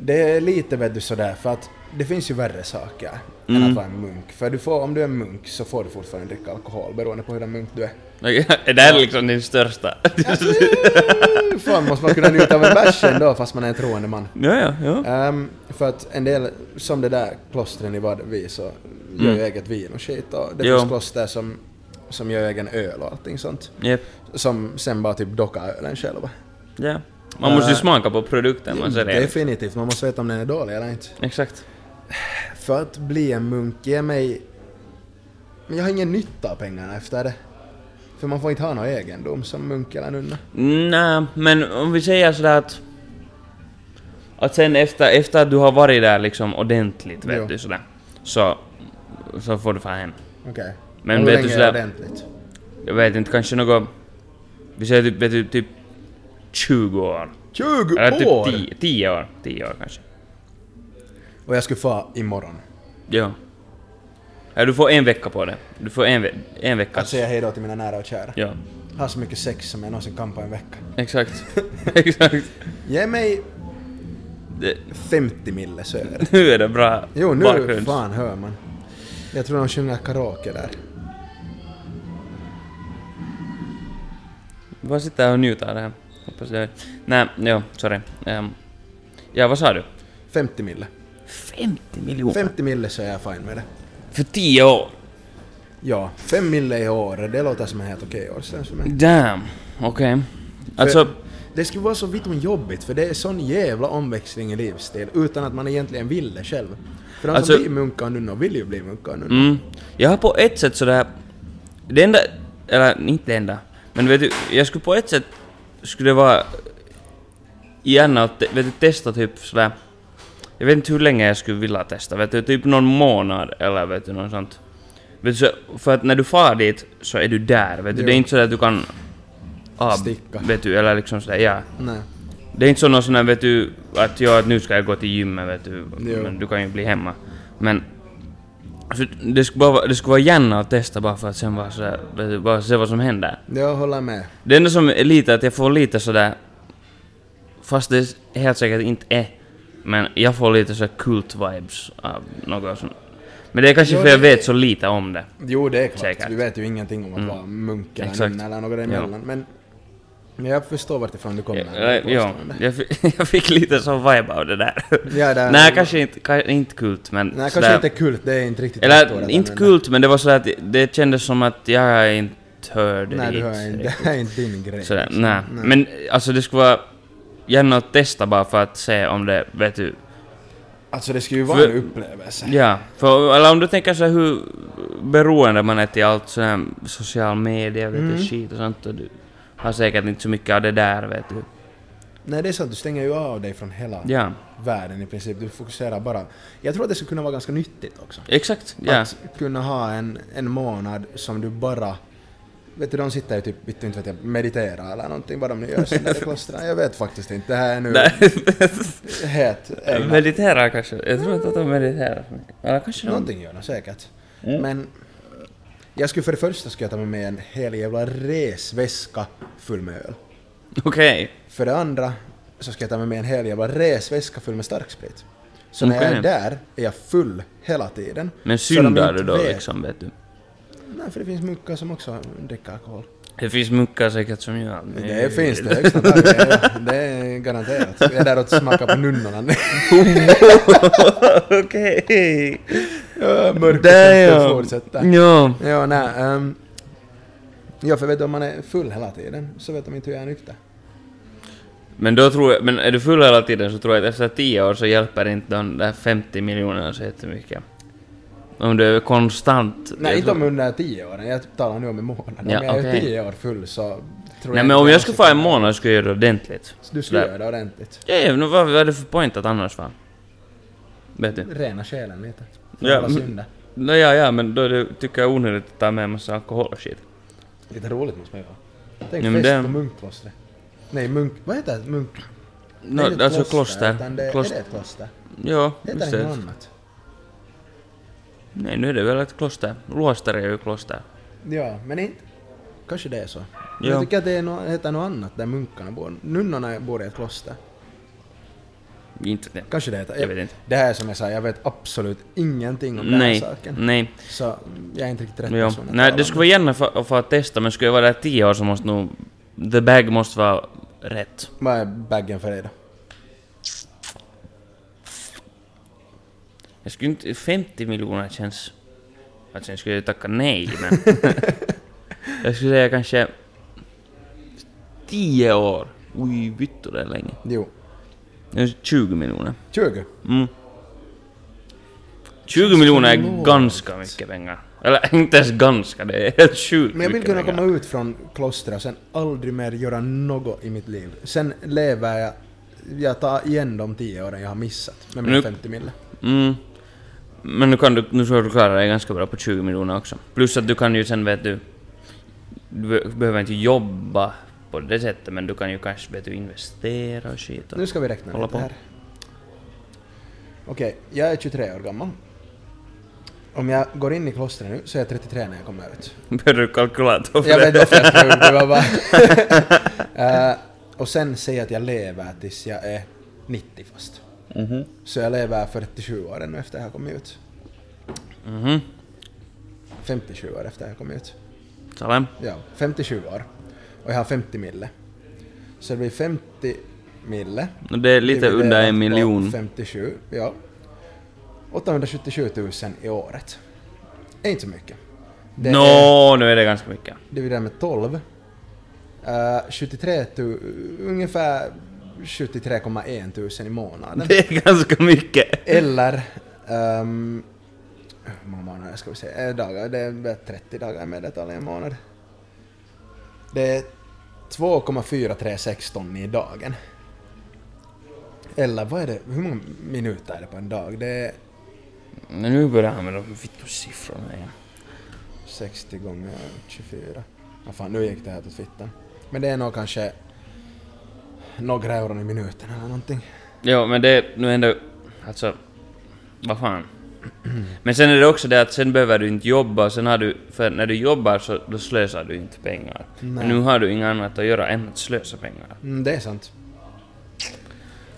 Speaker 2: Det är lite vet du sådär för att det finns ju värre saker än
Speaker 3: Mm.
Speaker 2: att vara en munk. För du får, om du är en munk så får du fortfarande dricka alkohol beroende på hur en munk du är.
Speaker 3: Okej, är det här liksom din största?
Speaker 2: Mm, Fan måste man kunna njuta av en bärs ändå fast man är en troende man.
Speaker 3: ja, ja, ja.
Speaker 2: Ehm, för att en del, som det där klostren i Vadvi så gör ju eget vin och skit och det
Speaker 3: Mm. Jo.
Speaker 2: finns kloster som, som gör egen öl och allting sånt.
Speaker 3: Jep.
Speaker 2: Som sen bara typ dockar ölen själva.
Speaker 3: Ja. Man måste ju
Speaker 2: Äh,
Speaker 3: smaka på produkten man säljer.
Speaker 2: Definitivt, man måste veta om den är dålig eller inte.
Speaker 3: Exakt.
Speaker 2: För att bli en munk ger mig... Men jag har ingen nytta av pengarna efter det. För man får inte ha någon egendom som munk eller nunna.
Speaker 3: Nej, men om vi säger sådär att... Att sen efter, efter att du har varit där liksom ordentligt, vet
Speaker 2: Jo.
Speaker 3: du sådär. Så, så får du fan hem.
Speaker 2: Okej.
Speaker 3: Men
Speaker 2: Och hur
Speaker 3: vet
Speaker 2: länge
Speaker 3: du
Speaker 2: är det
Speaker 3: sådär-
Speaker 2: ordentligt?
Speaker 3: Jag vet inte, kanske något... Vi säger typ, vet du, typ 20 år.
Speaker 2: 20
Speaker 3: Eller typ
Speaker 2: år!
Speaker 3: 10, 10 år. 10 år kanske.
Speaker 2: Och jag skulle få imorgon.
Speaker 3: Alltså. Ja. ja. Du får en vecka på det. Du får en, ve en vecka.
Speaker 2: Att säga hejdå till mina nära och kära.
Speaker 3: Ja.
Speaker 2: Ha så mycket sex som jag någonsin kan på en vecka.
Speaker 3: Exakt. Exakt.
Speaker 2: Ge mig
Speaker 3: Det,
Speaker 2: 50 mille så är det.
Speaker 3: nu är det bra
Speaker 2: Jo, nu
Speaker 3: bakgrunds-
Speaker 2: fan hör man. Jag tror de sjunger karaoke där.
Speaker 3: Vad sitter jag och njuter av det här? Hoppas jag... Nej, jo, sorry. Ehm, ja, vad sa du?
Speaker 2: 50 mille.
Speaker 3: 50 miljoner?
Speaker 2: 50 mille så är jag fine med det.
Speaker 3: För 10 år?
Speaker 2: Ja, fem mille i år, det låter som en helt okej årsgräns för mig.
Speaker 3: Damn. Okej. Alltså...
Speaker 2: Det skulle vara så vitton jobbigt för det är sån jävla omväxling i livsstil utan att man egentligen vill det själv. För de
Speaker 3: Alltså-
Speaker 2: som blir munkar och nunnor vill ju bli munkar och nunnor.
Speaker 3: Mm. Jag har på ett sätt sådär... Det enda... Eller inte det enda. Men vet du, jag skulle på ett sätt... Skulle det vara... Gärna att te, vet du, testa typ sådär... Jag vet inte hur länge jag skulle vilja testa. Vet du, typ någon månad eller vet du, något sånt. Vet du, så, för att när du far dit så är du där. Vet du,
Speaker 2: Jo.
Speaker 3: det är inte så att du kan... Av,
Speaker 2: Sticka.
Speaker 3: Vet du, eller liksom sådär, ja.
Speaker 2: Nej.
Speaker 3: Det är inte så någon sån här, vet du, att jag att nu ska jag gå till gymmet, vet du.
Speaker 2: Jo.
Speaker 3: Men du kan ju bli hemma. Men... Så det skulle, bara, vara- det skulle vara gärna att testa bara för att sen bara, så här, vet du, bara se vad som händer.
Speaker 2: Jag håller med.
Speaker 3: Det enda som är lite att jag får lite sådär... Fast det helt säkert inte är. Men jag får lite så kult-vibes av något sånt. Men det är kanske
Speaker 2: Jo,
Speaker 3: för jag
Speaker 2: det-
Speaker 3: vet så lite om det.
Speaker 2: Jo, det är klart.
Speaker 3: Säkert. Mm.
Speaker 2: Vi vet ju ingenting om att vara munk eller
Speaker 3: Exakt.
Speaker 2: nunna eller något däremellan. Men men jag förstår vartifrån du kommer.
Speaker 3: Ja,
Speaker 2: med
Speaker 3: Eh, ja,
Speaker 2: påståendet.
Speaker 3: jag, fick, jag fick lite sån vibe av det där.
Speaker 2: Ja, det-
Speaker 3: Nej, kanske inte, ka- inte kult, men
Speaker 2: Nej, kanske
Speaker 3: sådär-
Speaker 2: inte kult. Det är inte riktigt rätt ord
Speaker 3: Eller
Speaker 2: att
Speaker 3: inte
Speaker 2: använda.
Speaker 3: kult, men det var så att det kändes som att jag inte hörde
Speaker 2: Nej, du
Speaker 3: hit
Speaker 2: hör inte.
Speaker 3: riktigt.
Speaker 2: Det är inte din grej.
Speaker 3: Sådär,
Speaker 2: liksom.
Speaker 3: nej. Men alltså det skulle vara gärna att testa bara för att se om det, vet du,
Speaker 2: Alltså det skulle ju vara en
Speaker 3: För-
Speaker 2: upplevelse.
Speaker 3: Ja, för, eller om du tänker så här hur beroende man är till allt sån här social media och
Speaker 2: Mm.
Speaker 3: lite skit och sånt och du har säkert inte så mycket av det där vet du.
Speaker 2: Nej, det är sant. Du stänger ju av dig från hela
Speaker 3: Ja,
Speaker 2: världen i princip. Du fokuserar bara... Jag tror att det skulle kunna vara ganska nyttigt också.
Speaker 3: exakt. Ja,
Speaker 2: Att kunna ha en, en månad som du bara... Vet du, de sitter ju typ, vet du, inte vet jag, mediterar eller någonting, vad de nu gör sen där i klostren. Jag vet faktiskt inte. Det här är nu het ämne.
Speaker 3: meditera kanske. Jag tror inte att de mediterar så mycket. Eller kanske de...
Speaker 2: Någonting gör de säkert.
Speaker 3: Mm.
Speaker 2: Men jag skulle för det första skulle jag ta med mig en hel jävla resväska full med öl.
Speaker 3: Okej.
Speaker 2: För det andra så ska jag ta med mig en hel jävla resväska full med starksprit. Så när jag
Speaker 3: Okej.
Speaker 2: är där är jag full hela tiden.
Speaker 3: Men
Speaker 2: Så de
Speaker 3: syndar
Speaker 2: inte
Speaker 3: du då
Speaker 2: vet.
Speaker 3: liksom vet du?
Speaker 2: Nej, för det finns munkar som också dricker alkohol.
Speaker 3: Det finns munkar säkert som gör allt.
Speaker 2: Det finns det högst antagligen. ja. Det är garanterat. Jag är där och smakar på nunnorna nu.
Speaker 3: Okej.
Speaker 2: Ja, Mörkret
Speaker 3: Damn.
Speaker 2: fortsätter.
Speaker 3: Ja.
Speaker 2: Ja, nej. ehm, ja, för vet du, om man är full hela tiden så vet de inte hur jag är nykter.
Speaker 3: Men då tror jag, men är du full hela tiden så tror jag att efter 10 år så hjälper inte de där 50 miljonerna så jättemycket. Om du är konstant.
Speaker 2: Nej,
Speaker 3: jag
Speaker 2: inte
Speaker 3: tror-
Speaker 2: om under tio åren. Jag talar nu om en månad. Om
Speaker 3: Ja,
Speaker 2: jag är
Speaker 3: okej.
Speaker 2: tio år full så... Tror
Speaker 3: Nej men om
Speaker 2: inte
Speaker 3: jag skulle få en månad skulle jag göra det ordentligt.
Speaker 2: Du skulle
Speaker 3: Där.
Speaker 2: göra det ordentligt.
Speaker 3: Ja, ja, men vad vad är det för point att annars va? Vet du?
Speaker 2: Rena själen lite.
Speaker 3: Ja,
Speaker 2: Ja.
Speaker 3: men- No, ja, ja, men då är det, tycker jag onödigt att ta med en massa alkohol och shit.
Speaker 2: Lite roligt måste man göra. Tänk
Speaker 3: Ja, men
Speaker 2: fest
Speaker 3: det-
Speaker 2: på munkklostret. Nej, munk... Vad heter det? Munk...
Speaker 3: No,
Speaker 2: det är inte
Speaker 3: alltså
Speaker 2: utan
Speaker 3: kloster.
Speaker 2: Det, Är det
Speaker 3: kloster.
Speaker 2: ett kloster?
Speaker 3: Ja,
Speaker 2: Heter
Speaker 3: just
Speaker 2: det något
Speaker 3: det.
Speaker 2: annat?
Speaker 3: Nej, nu är det väl ett kloster. Kloster är ju kloster.
Speaker 2: Ja, men inte... Kanske det är så. Men
Speaker 3: Ja.
Speaker 2: Jag tycker att det är no, heter något annat där munkarna bor. Nunnorna bor i ett kloster.
Speaker 3: Inte det.
Speaker 2: Kanske det heter.
Speaker 3: Jag vet inte.
Speaker 2: Det här är som jag sa, jag vet absolut ingenting om den här
Speaker 3: Nej,
Speaker 2: saken.
Speaker 3: nej.
Speaker 2: Så jag är inte riktigt rätt
Speaker 3: Ja.
Speaker 2: person att
Speaker 3: Nej,
Speaker 2: tala
Speaker 3: det
Speaker 2: om
Speaker 3: skulle vara gärna för, för att testa, men skulle jag vara där 10 år så måste nog... The bag måste vara rätt.
Speaker 2: Vad är baggen för dig då?
Speaker 3: Jag skulle inte... 50 miljoner känns... Att sen skulle jag tacka nej, men... jag skulle säga kanske... 10 år. Oj, vittu det är länge.
Speaker 2: Jo,
Speaker 3: Eh, 20 miljoner.
Speaker 2: 20.
Speaker 3: Mm. 20 miljoner är
Speaker 2: lord.
Speaker 3: ganska mycket pengar. Eller inte ens ganska, det är helt sjukt
Speaker 2: Men jag vill
Speaker 3: mycket
Speaker 2: kunna
Speaker 3: pengar.
Speaker 2: komma ut från klostret och sen aldrig mer göra något i mitt liv. Sen lever jag, jag tar igen de tio åren jag har missat med mina
Speaker 3: Nu-
Speaker 2: 50 mille.
Speaker 3: Mm. Men nu, kan du, nu ska du klara dig ganska bra på 20 miljoner också. Plus att du kan ju sen vet du... Du be- behöver inte jobba på det sättet men du kan ju kanske vet du, investera och skit. Och,
Speaker 2: Nu ska vi räkna
Speaker 3: Hålla
Speaker 2: lite
Speaker 3: på.
Speaker 2: här. Okej, jag är 23 år gammal. Om jag går in i klostret nu så är jag 33 när jag kommer ut.
Speaker 3: Behöver du kalkylator för
Speaker 2: Jag
Speaker 3: det?
Speaker 2: vet inte varför jag skrev upp det, var bara... Eh, och sen säger jag att jag lever tills jag är 90 fast. Så jag lever 47 år ännu efter jag har kommit ut.
Speaker 3: Mhm.
Speaker 2: 57 år efter jag har kommit ut.
Speaker 3: Salem?
Speaker 2: Ja, 57 år. Och jag har 50 mille. Så det blir 50 mille.
Speaker 3: No, det är lite
Speaker 2: dividerat
Speaker 3: under
Speaker 2: på
Speaker 3: en miljon.
Speaker 2: 57, ja. 877 000 i året. Det är inte så mycket. Det är
Speaker 3: Nå, nu är det ganska mycket.
Speaker 2: dividerat med 12. eh, 73 000, ungefär 73,1 tusen i månaden.
Speaker 3: Det är ganska mycket.
Speaker 2: Eller... Um, hur många månader ska vi se? Eh, Dagar, det är väl 30 dagar i medeltal i en månad. Det är 2,436 ton i dagen. Eller vad är det, hur många minuter är det på en dag? Det är
Speaker 3: Men nu börjar han med de vittusiffrorna igen.
Speaker 2: 60 gånger 24. Vad fan, nu gick det här åt fittan. Men det är nog kanske några euron i minuten eller någonting.
Speaker 3: Jo, men det är nu ändå... Alltså... Vad fan. Men sen är det också det att sen behöver du inte jobba, sen har du... För när du jobbar så då slösar du inte pengar. Men nu har du inget annat att göra än att slösa pengar.
Speaker 2: Mm, det är sant.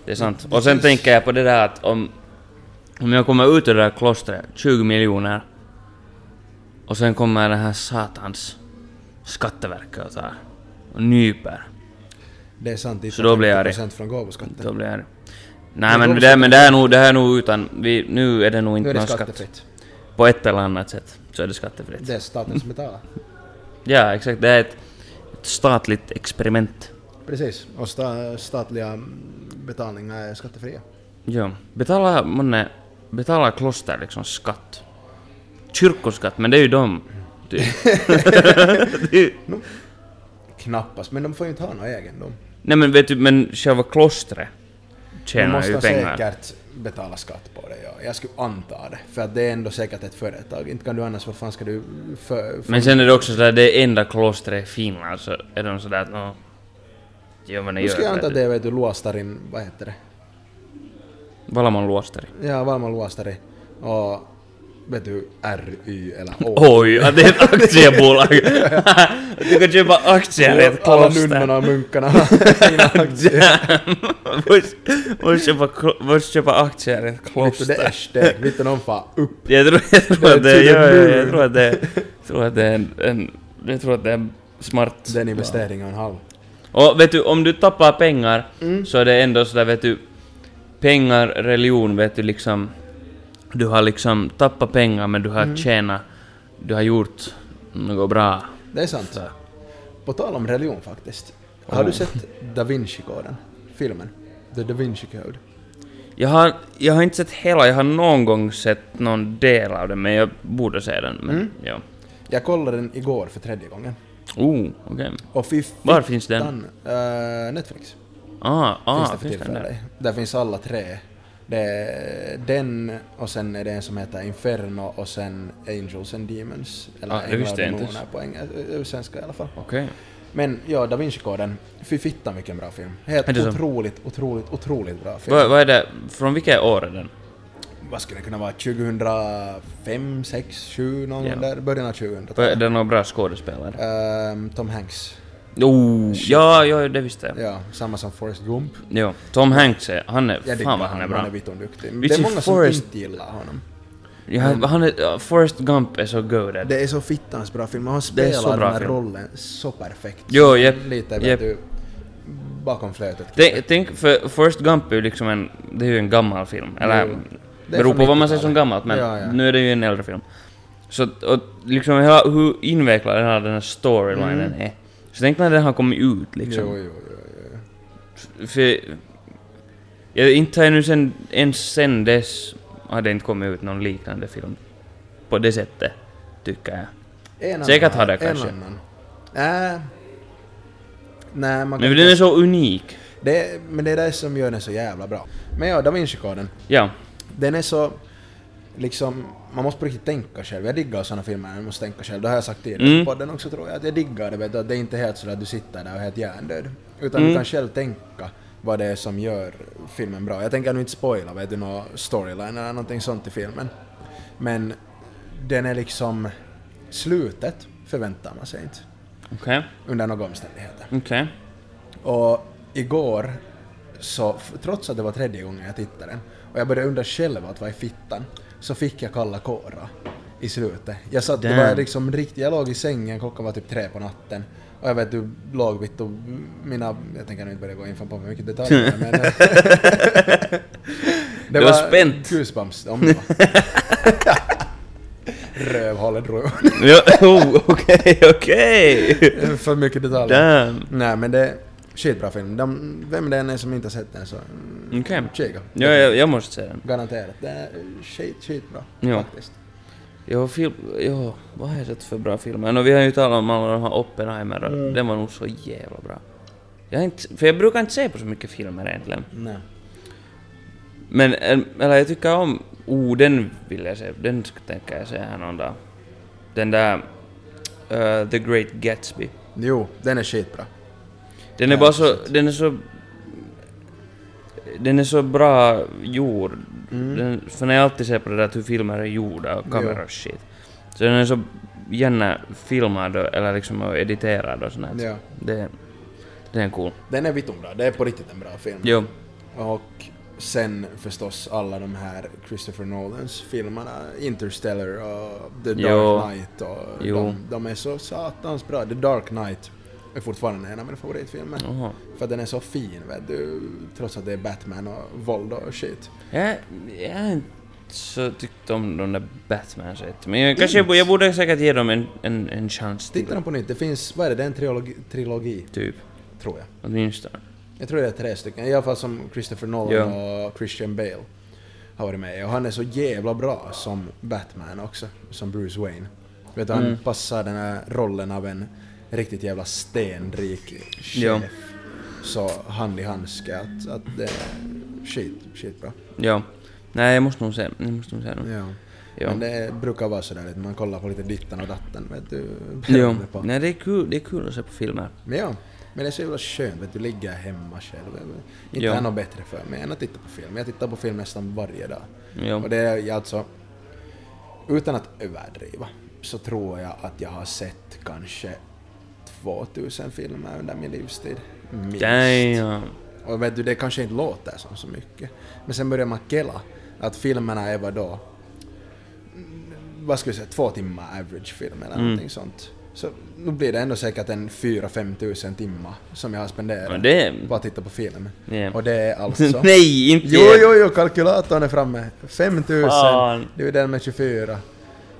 Speaker 3: Det är sant. Och sen tänker jag på det där att om... Om jag kommer ut ur det där klostret, 20 miljoner. Och sen kommer den här satans Skatteverket och tar. Och nyper.
Speaker 2: Det är sant.
Speaker 3: Så då blir jag arg.
Speaker 2: 50% från gåvoskatten.
Speaker 3: Då blir jag arg. Nej men det, men det här är nog, det här är nog utan... Vi, nu är det nog
Speaker 2: Nu
Speaker 3: inte
Speaker 2: är det
Speaker 3: någon skatt.
Speaker 2: skattefritt.
Speaker 3: På ett eller annat sätt så är det skattefritt.
Speaker 2: Det är staten som betalar.
Speaker 3: Ja, exakt. Det är ett, ett statligt experiment.
Speaker 2: Precis. Och sta, statliga mm, betalningar är skattefria.
Speaker 3: Ja. Betala månne... Betala kloster liksom skatt. Kyrkoskatt, men det är ju de. Typ. Det är ju-
Speaker 2: Knappast, men de får ju inte ha någon egendom.
Speaker 3: Nej men vet du, men själva klostret
Speaker 2: De
Speaker 3: tjänar ju
Speaker 2: måste
Speaker 3: pengar.
Speaker 2: säkert betala skatt på det, ja. Jag skulle anta det. För att det är ändå säkert ett företag. Inte kan du annars, vad fan ska du... För, för,
Speaker 3: Men sen är det också sådär, det enda klostret i Finland så är de sådär att nå... Jo men det
Speaker 2: nu
Speaker 3: gör
Speaker 2: ska jag anta att
Speaker 3: det.
Speaker 2: det är vet du, Luostarin, vad heter det?
Speaker 3: Valamon luostari.
Speaker 2: Ja, Valman Luostari. Och vet du, RY eller Å.
Speaker 3: Oj, att det är ett aktiebolag! du kan köpa aktier i ett
Speaker 2: Alla
Speaker 3: kloster.
Speaker 2: nunnorna och munkarna har inga aktier.
Speaker 3: Måste- Måste köpa, klo- måste köpa aktier i ett
Speaker 2: Vet du, Det är
Speaker 3: kloster.
Speaker 2: steg, vet du, någon far upp.
Speaker 3: Jag tror, jag tror att
Speaker 2: Det är
Speaker 3: det,
Speaker 2: to the
Speaker 3: jag, jag, jag
Speaker 2: moon.
Speaker 3: tror att det, jag tror att det är en, en, jag tror att det är en smart.
Speaker 2: Det är en investering och en halv.
Speaker 3: Och vet du, om du tappar pengar
Speaker 2: Mm.
Speaker 3: så är det ändå sådär vet du, pengar, religion vet du liksom, du har liksom tappat pengar men du har
Speaker 2: Mm.
Speaker 3: tjänat, du har gjort något bra.
Speaker 2: Det är sant.
Speaker 3: Så.
Speaker 2: På tal om religion faktiskt. Har du sett Da Vinci-koden? Filmen? The Da Vinci Code?
Speaker 3: Jag har, jag har inte sett hela, jag har någon gång sett någon del av den men jag borde se den. Men,
Speaker 2: Mm.
Speaker 3: ja.
Speaker 2: Jag kollade den igår för tredje gången.
Speaker 3: Oh, okej.
Speaker 2: Och fy
Speaker 3: Var finns den?
Speaker 2: fittan, eh, Netflix.
Speaker 3: Ah, ah,
Speaker 2: finns det för tillfället. Där. finns alla tre. Det är den och sen är det en som heter Inferno och sen Angels and Demons. Eller
Speaker 3: Ah, det
Speaker 2: Änglar och
Speaker 3: visste jag inte
Speaker 2: Demoner på engelska, eh, svenska i alla fall.
Speaker 3: Okej.
Speaker 2: Men ja, Da Vinci-koden. Fy fittan vilken bra film. Helt
Speaker 3: Är det så?
Speaker 2: otroligt, otroligt, otroligt bra film.
Speaker 3: Vad vad är det, från vilket år är den?
Speaker 2: Vad skulle det kunna vara? 2005, 6, 7 någon
Speaker 3: Ja.
Speaker 2: gång där? Början av
Speaker 3: Vad Är
Speaker 2: 2000-talet.
Speaker 3: den någon bra skådespelare?
Speaker 2: Ehm, Tom Hanks.
Speaker 3: Oh, ja, ja, det visste jag.
Speaker 2: Ja, samma som Forrest Gump.
Speaker 3: Jo, Tom Hanks är, han är,
Speaker 2: Jag diggar
Speaker 3: fan vad han är
Speaker 2: honom, han
Speaker 3: bra.
Speaker 2: är vittonduktig.
Speaker 3: Visst
Speaker 2: Det är
Speaker 3: är
Speaker 2: många som
Speaker 3: Forrest-
Speaker 2: inte gillar honom.
Speaker 3: Ja, han är, ja, Forrest Gump är så goaded.
Speaker 2: Det är så fittans bra film och han
Speaker 3: Det är så
Speaker 2: spelar
Speaker 3: bra
Speaker 2: den här
Speaker 3: film.
Speaker 2: rollen så perfekt.
Speaker 3: Jo, jep,
Speaker 2: Lite vet
Speaker 3: jep.
Speaker 2: du, bakom flötet.
Speaker 3: Tänk, tänk, för Forrest Gump är ju liksom en, det är ju en gammal film, eller
Speaker 2: Jo. Det är
Speaker 3: beror
Speaker 2: från
Speaker 3: på vad man säger
Speaker 2: 90-talet.
Speaker 3: som gammalt, men
Speaker 2: Ja, ja.
Speaker 3: nu är det ju en äldre film. Så att- och, liksom hela, hur invecklad den här, den här storylinen
Speaker 2: Mm.
Speaker 3: är. Så tänk när den har kommit ut liksom.
Speaker 2: Jo, jo, jo, jo.
Speaker 3: För... Jag inte har jag nu sen, ens sen dess har det inte kommit ut någon liknande film. På det sättet, tycker jag.
Speaker 2: En annan
Speaker 3: Säkert
Speaker 2: här,
Speaker 3: hade
Speaker 2: en
Speaker 3: kanske.
Speaker 2: annan. Äh, nej, man kan
Speaker 3: Men
Speaker 2: inte-
Speaker 3: den är så unik.
Speaker 2: det, men det är det som gör den så jävla bra. Men ja, Da Vinci-koden.
Speaker 3: Ja.
Speaker 2: Den är så... Liksom, man måste på riktigt tänka själv. Jag diggar såna filmer när man måste tänka själv. Det har jag sagt tidigare
Speaker 3: Mm.
Speaker 2: på podden också tror jag. Att jag diggar det, vet du, att det är inte helt så att du sitter där och är helt hjärndöd. Utan
Speaker 3: Mm.
Speaker 2: du kan själv tänka vad det är som gör filmen bra. Jag tänker nu inte spoila vet du, någon storyline eller någonting sånt i filmen. Men den är liksom... Slutet förväntar man sig inte
Speaker 3: Okej.
Speaker 2: under några omständigheter.
Speaker 3: Okej.
Speaker 2: Och igår, så, f- trots att det var tredje gången jag tittade den, och jag började undra själv att vad är fittan, så fick jag kalla kårar i slutet. Jag satt, det var
Speaker 3: Damn.
Speaker 2: liksom riktigt, jag låg i sängen, klockan var typ tre på natten. Och jag vet du låg vitt och mina, jag tänker nu inte börja gå in på för mycket detaljer men... eh,
Speaker 3: Det var spänt.
Speaker 2: Goosebumps, om det var. Rövhålet röv.
Speaker 3: Ja, oh, okej, okej!
Speaker 2: för mycket detaljer.
Speaker 3: Damn.
Speaker 2: Nej men det är skitbra film. De, vem det än är som inte har sett den så... mm,
Speaker 3: Okej.
Speaker 2: Kika.
Speaker 3: Ja, jag, jag måste se den.
Speaker 2: Garanterat. Det är skit, skitbra.
Speaker 3: Ja.
Speaker 2: Faktiskt.
Speaker 3: Jo, film, jo, vad har jag sett för bra filmer? No, vi har ju talat om alla de här Oppenheimer och den var nog så jävla bra. Jag har inte, för jag brukar inte se på så mycket filmer egentligen.
Speaker 2: Nej.
Speaker 3: Men, en- eller jag tycker om... Oh, den vill jag se. Den sk- tänker jag se här någon dag. Den där... eh, The Great Gatsby.
Speaker 2: Jo, den är skitbra.
Speaker 3: Den är
Speaker 2: Ja,
Speaker 3: bara så...
Speaker 2: precis.
Speaker 3: Den är så... den är så bra gjord.
Speaker 2: Mm.
Speaker 3: Den, för när jag alltid ser på det där att hur filmer är gjorda och kameror och shit. Så den är så gärna filmad och, eller liksom och editerad och sånt här.
Speaker 2: Ja.
Speaker 3: Det, det är cool.
Speaker 2: Den är vittum bra, det är på riktigt en bra film.
Speaker 3: Jo.
Speaker 2: Och sen förstås alla de här Christopher Nolans filmerna, Interstellar och The Dark
Speaker 3: Jo.
Speaker 2: Knight och
Speaker 3: Jo.
Speaker 2: de, de är så satans bra. The Dark Knight är fortfarande en av mina favoritfilmer.
Speaker 3: Jaha.
Speaker 2: För att den är så fin, vet du, trots att det är Batman och våld och shit.
Speaker 3: Jag, jag har inte så tyckt om de där Batman så jättemycket. Men jag, kanske jag, bo- jag borde säkert ge dem en, en, en chans till.
Speaker 2: Titta den på nytt, det finns, vad är det, det är en trilogi, trilogi
Speaker 3: Typ.
Speaker 2: tror jag.
Speaker 3: Åtminstone.
Speaker 2: Jag tror det är tre stycken, i alla fall som Christopher Nolan och Christian Bale har varit med i. Och han är så jävla bra som Batman också, som Bruce Wayne. Vet du, han
Speaker 3: Mm.
Speaker 2: passar den här rollen av en riktigt jävla stenrik chef.
Speaker 3: Ja.
Speaker 2: Så hand i handske att, att det är shit, shit bra.
Speaker 3: Ja. Nej, jag måste nog se. Jag måste nog se dem.
Speaker 2: Ja.
Speaker 3: Ja.
Speaker 2: Men det brukar vara sådär lite, man kollar på lite ditten och datten vet du.
Speaker 3: Jo.
Speaker 2: beroende på.
Speaker 3: Nej, det är kul, det är kul att se på filmer.
Speaker 2: Men ja, men det är så jävla skönt att du ligger hemma själv. Inte
Speaker 3: Ja.
Speaker 2: är något bättre för mig än att titta på film. Jag tittar på film nästan varje dag.
Speaker 3: Jo.
Speaker 2: Och det är jag alltså, utan att överdriva, så tror jag att jag har sett kanske 2000 filmer under min livstid. Minst.
Speaker 3: Damn.
Speaker 2: Och vet du, det kanske inte låter som så mycket. Men sen börjar man kella att filmerna är vad då? Mm, Vad ska vi säga, två timmar average film eller
Speaker 3: Mm.
Speaker 2: någonting sånt. Så nu blir det ändå säkert en 4-5 tusen timmar som jag har spenderat
Speaker 3: Ja, det...
Speaker 2: på att titta på film.
Speaker 3: Ja.
Speaker 2: Och det är alltså...
Speaker 3: Nej, inte
Speaker 2: Jo,
Speaker 3: igen.
Speaker 2: jo, jo, kalkylatorn är framme. 5000
Speaker 3: Fan.
Speaker 2: dividerat med 24.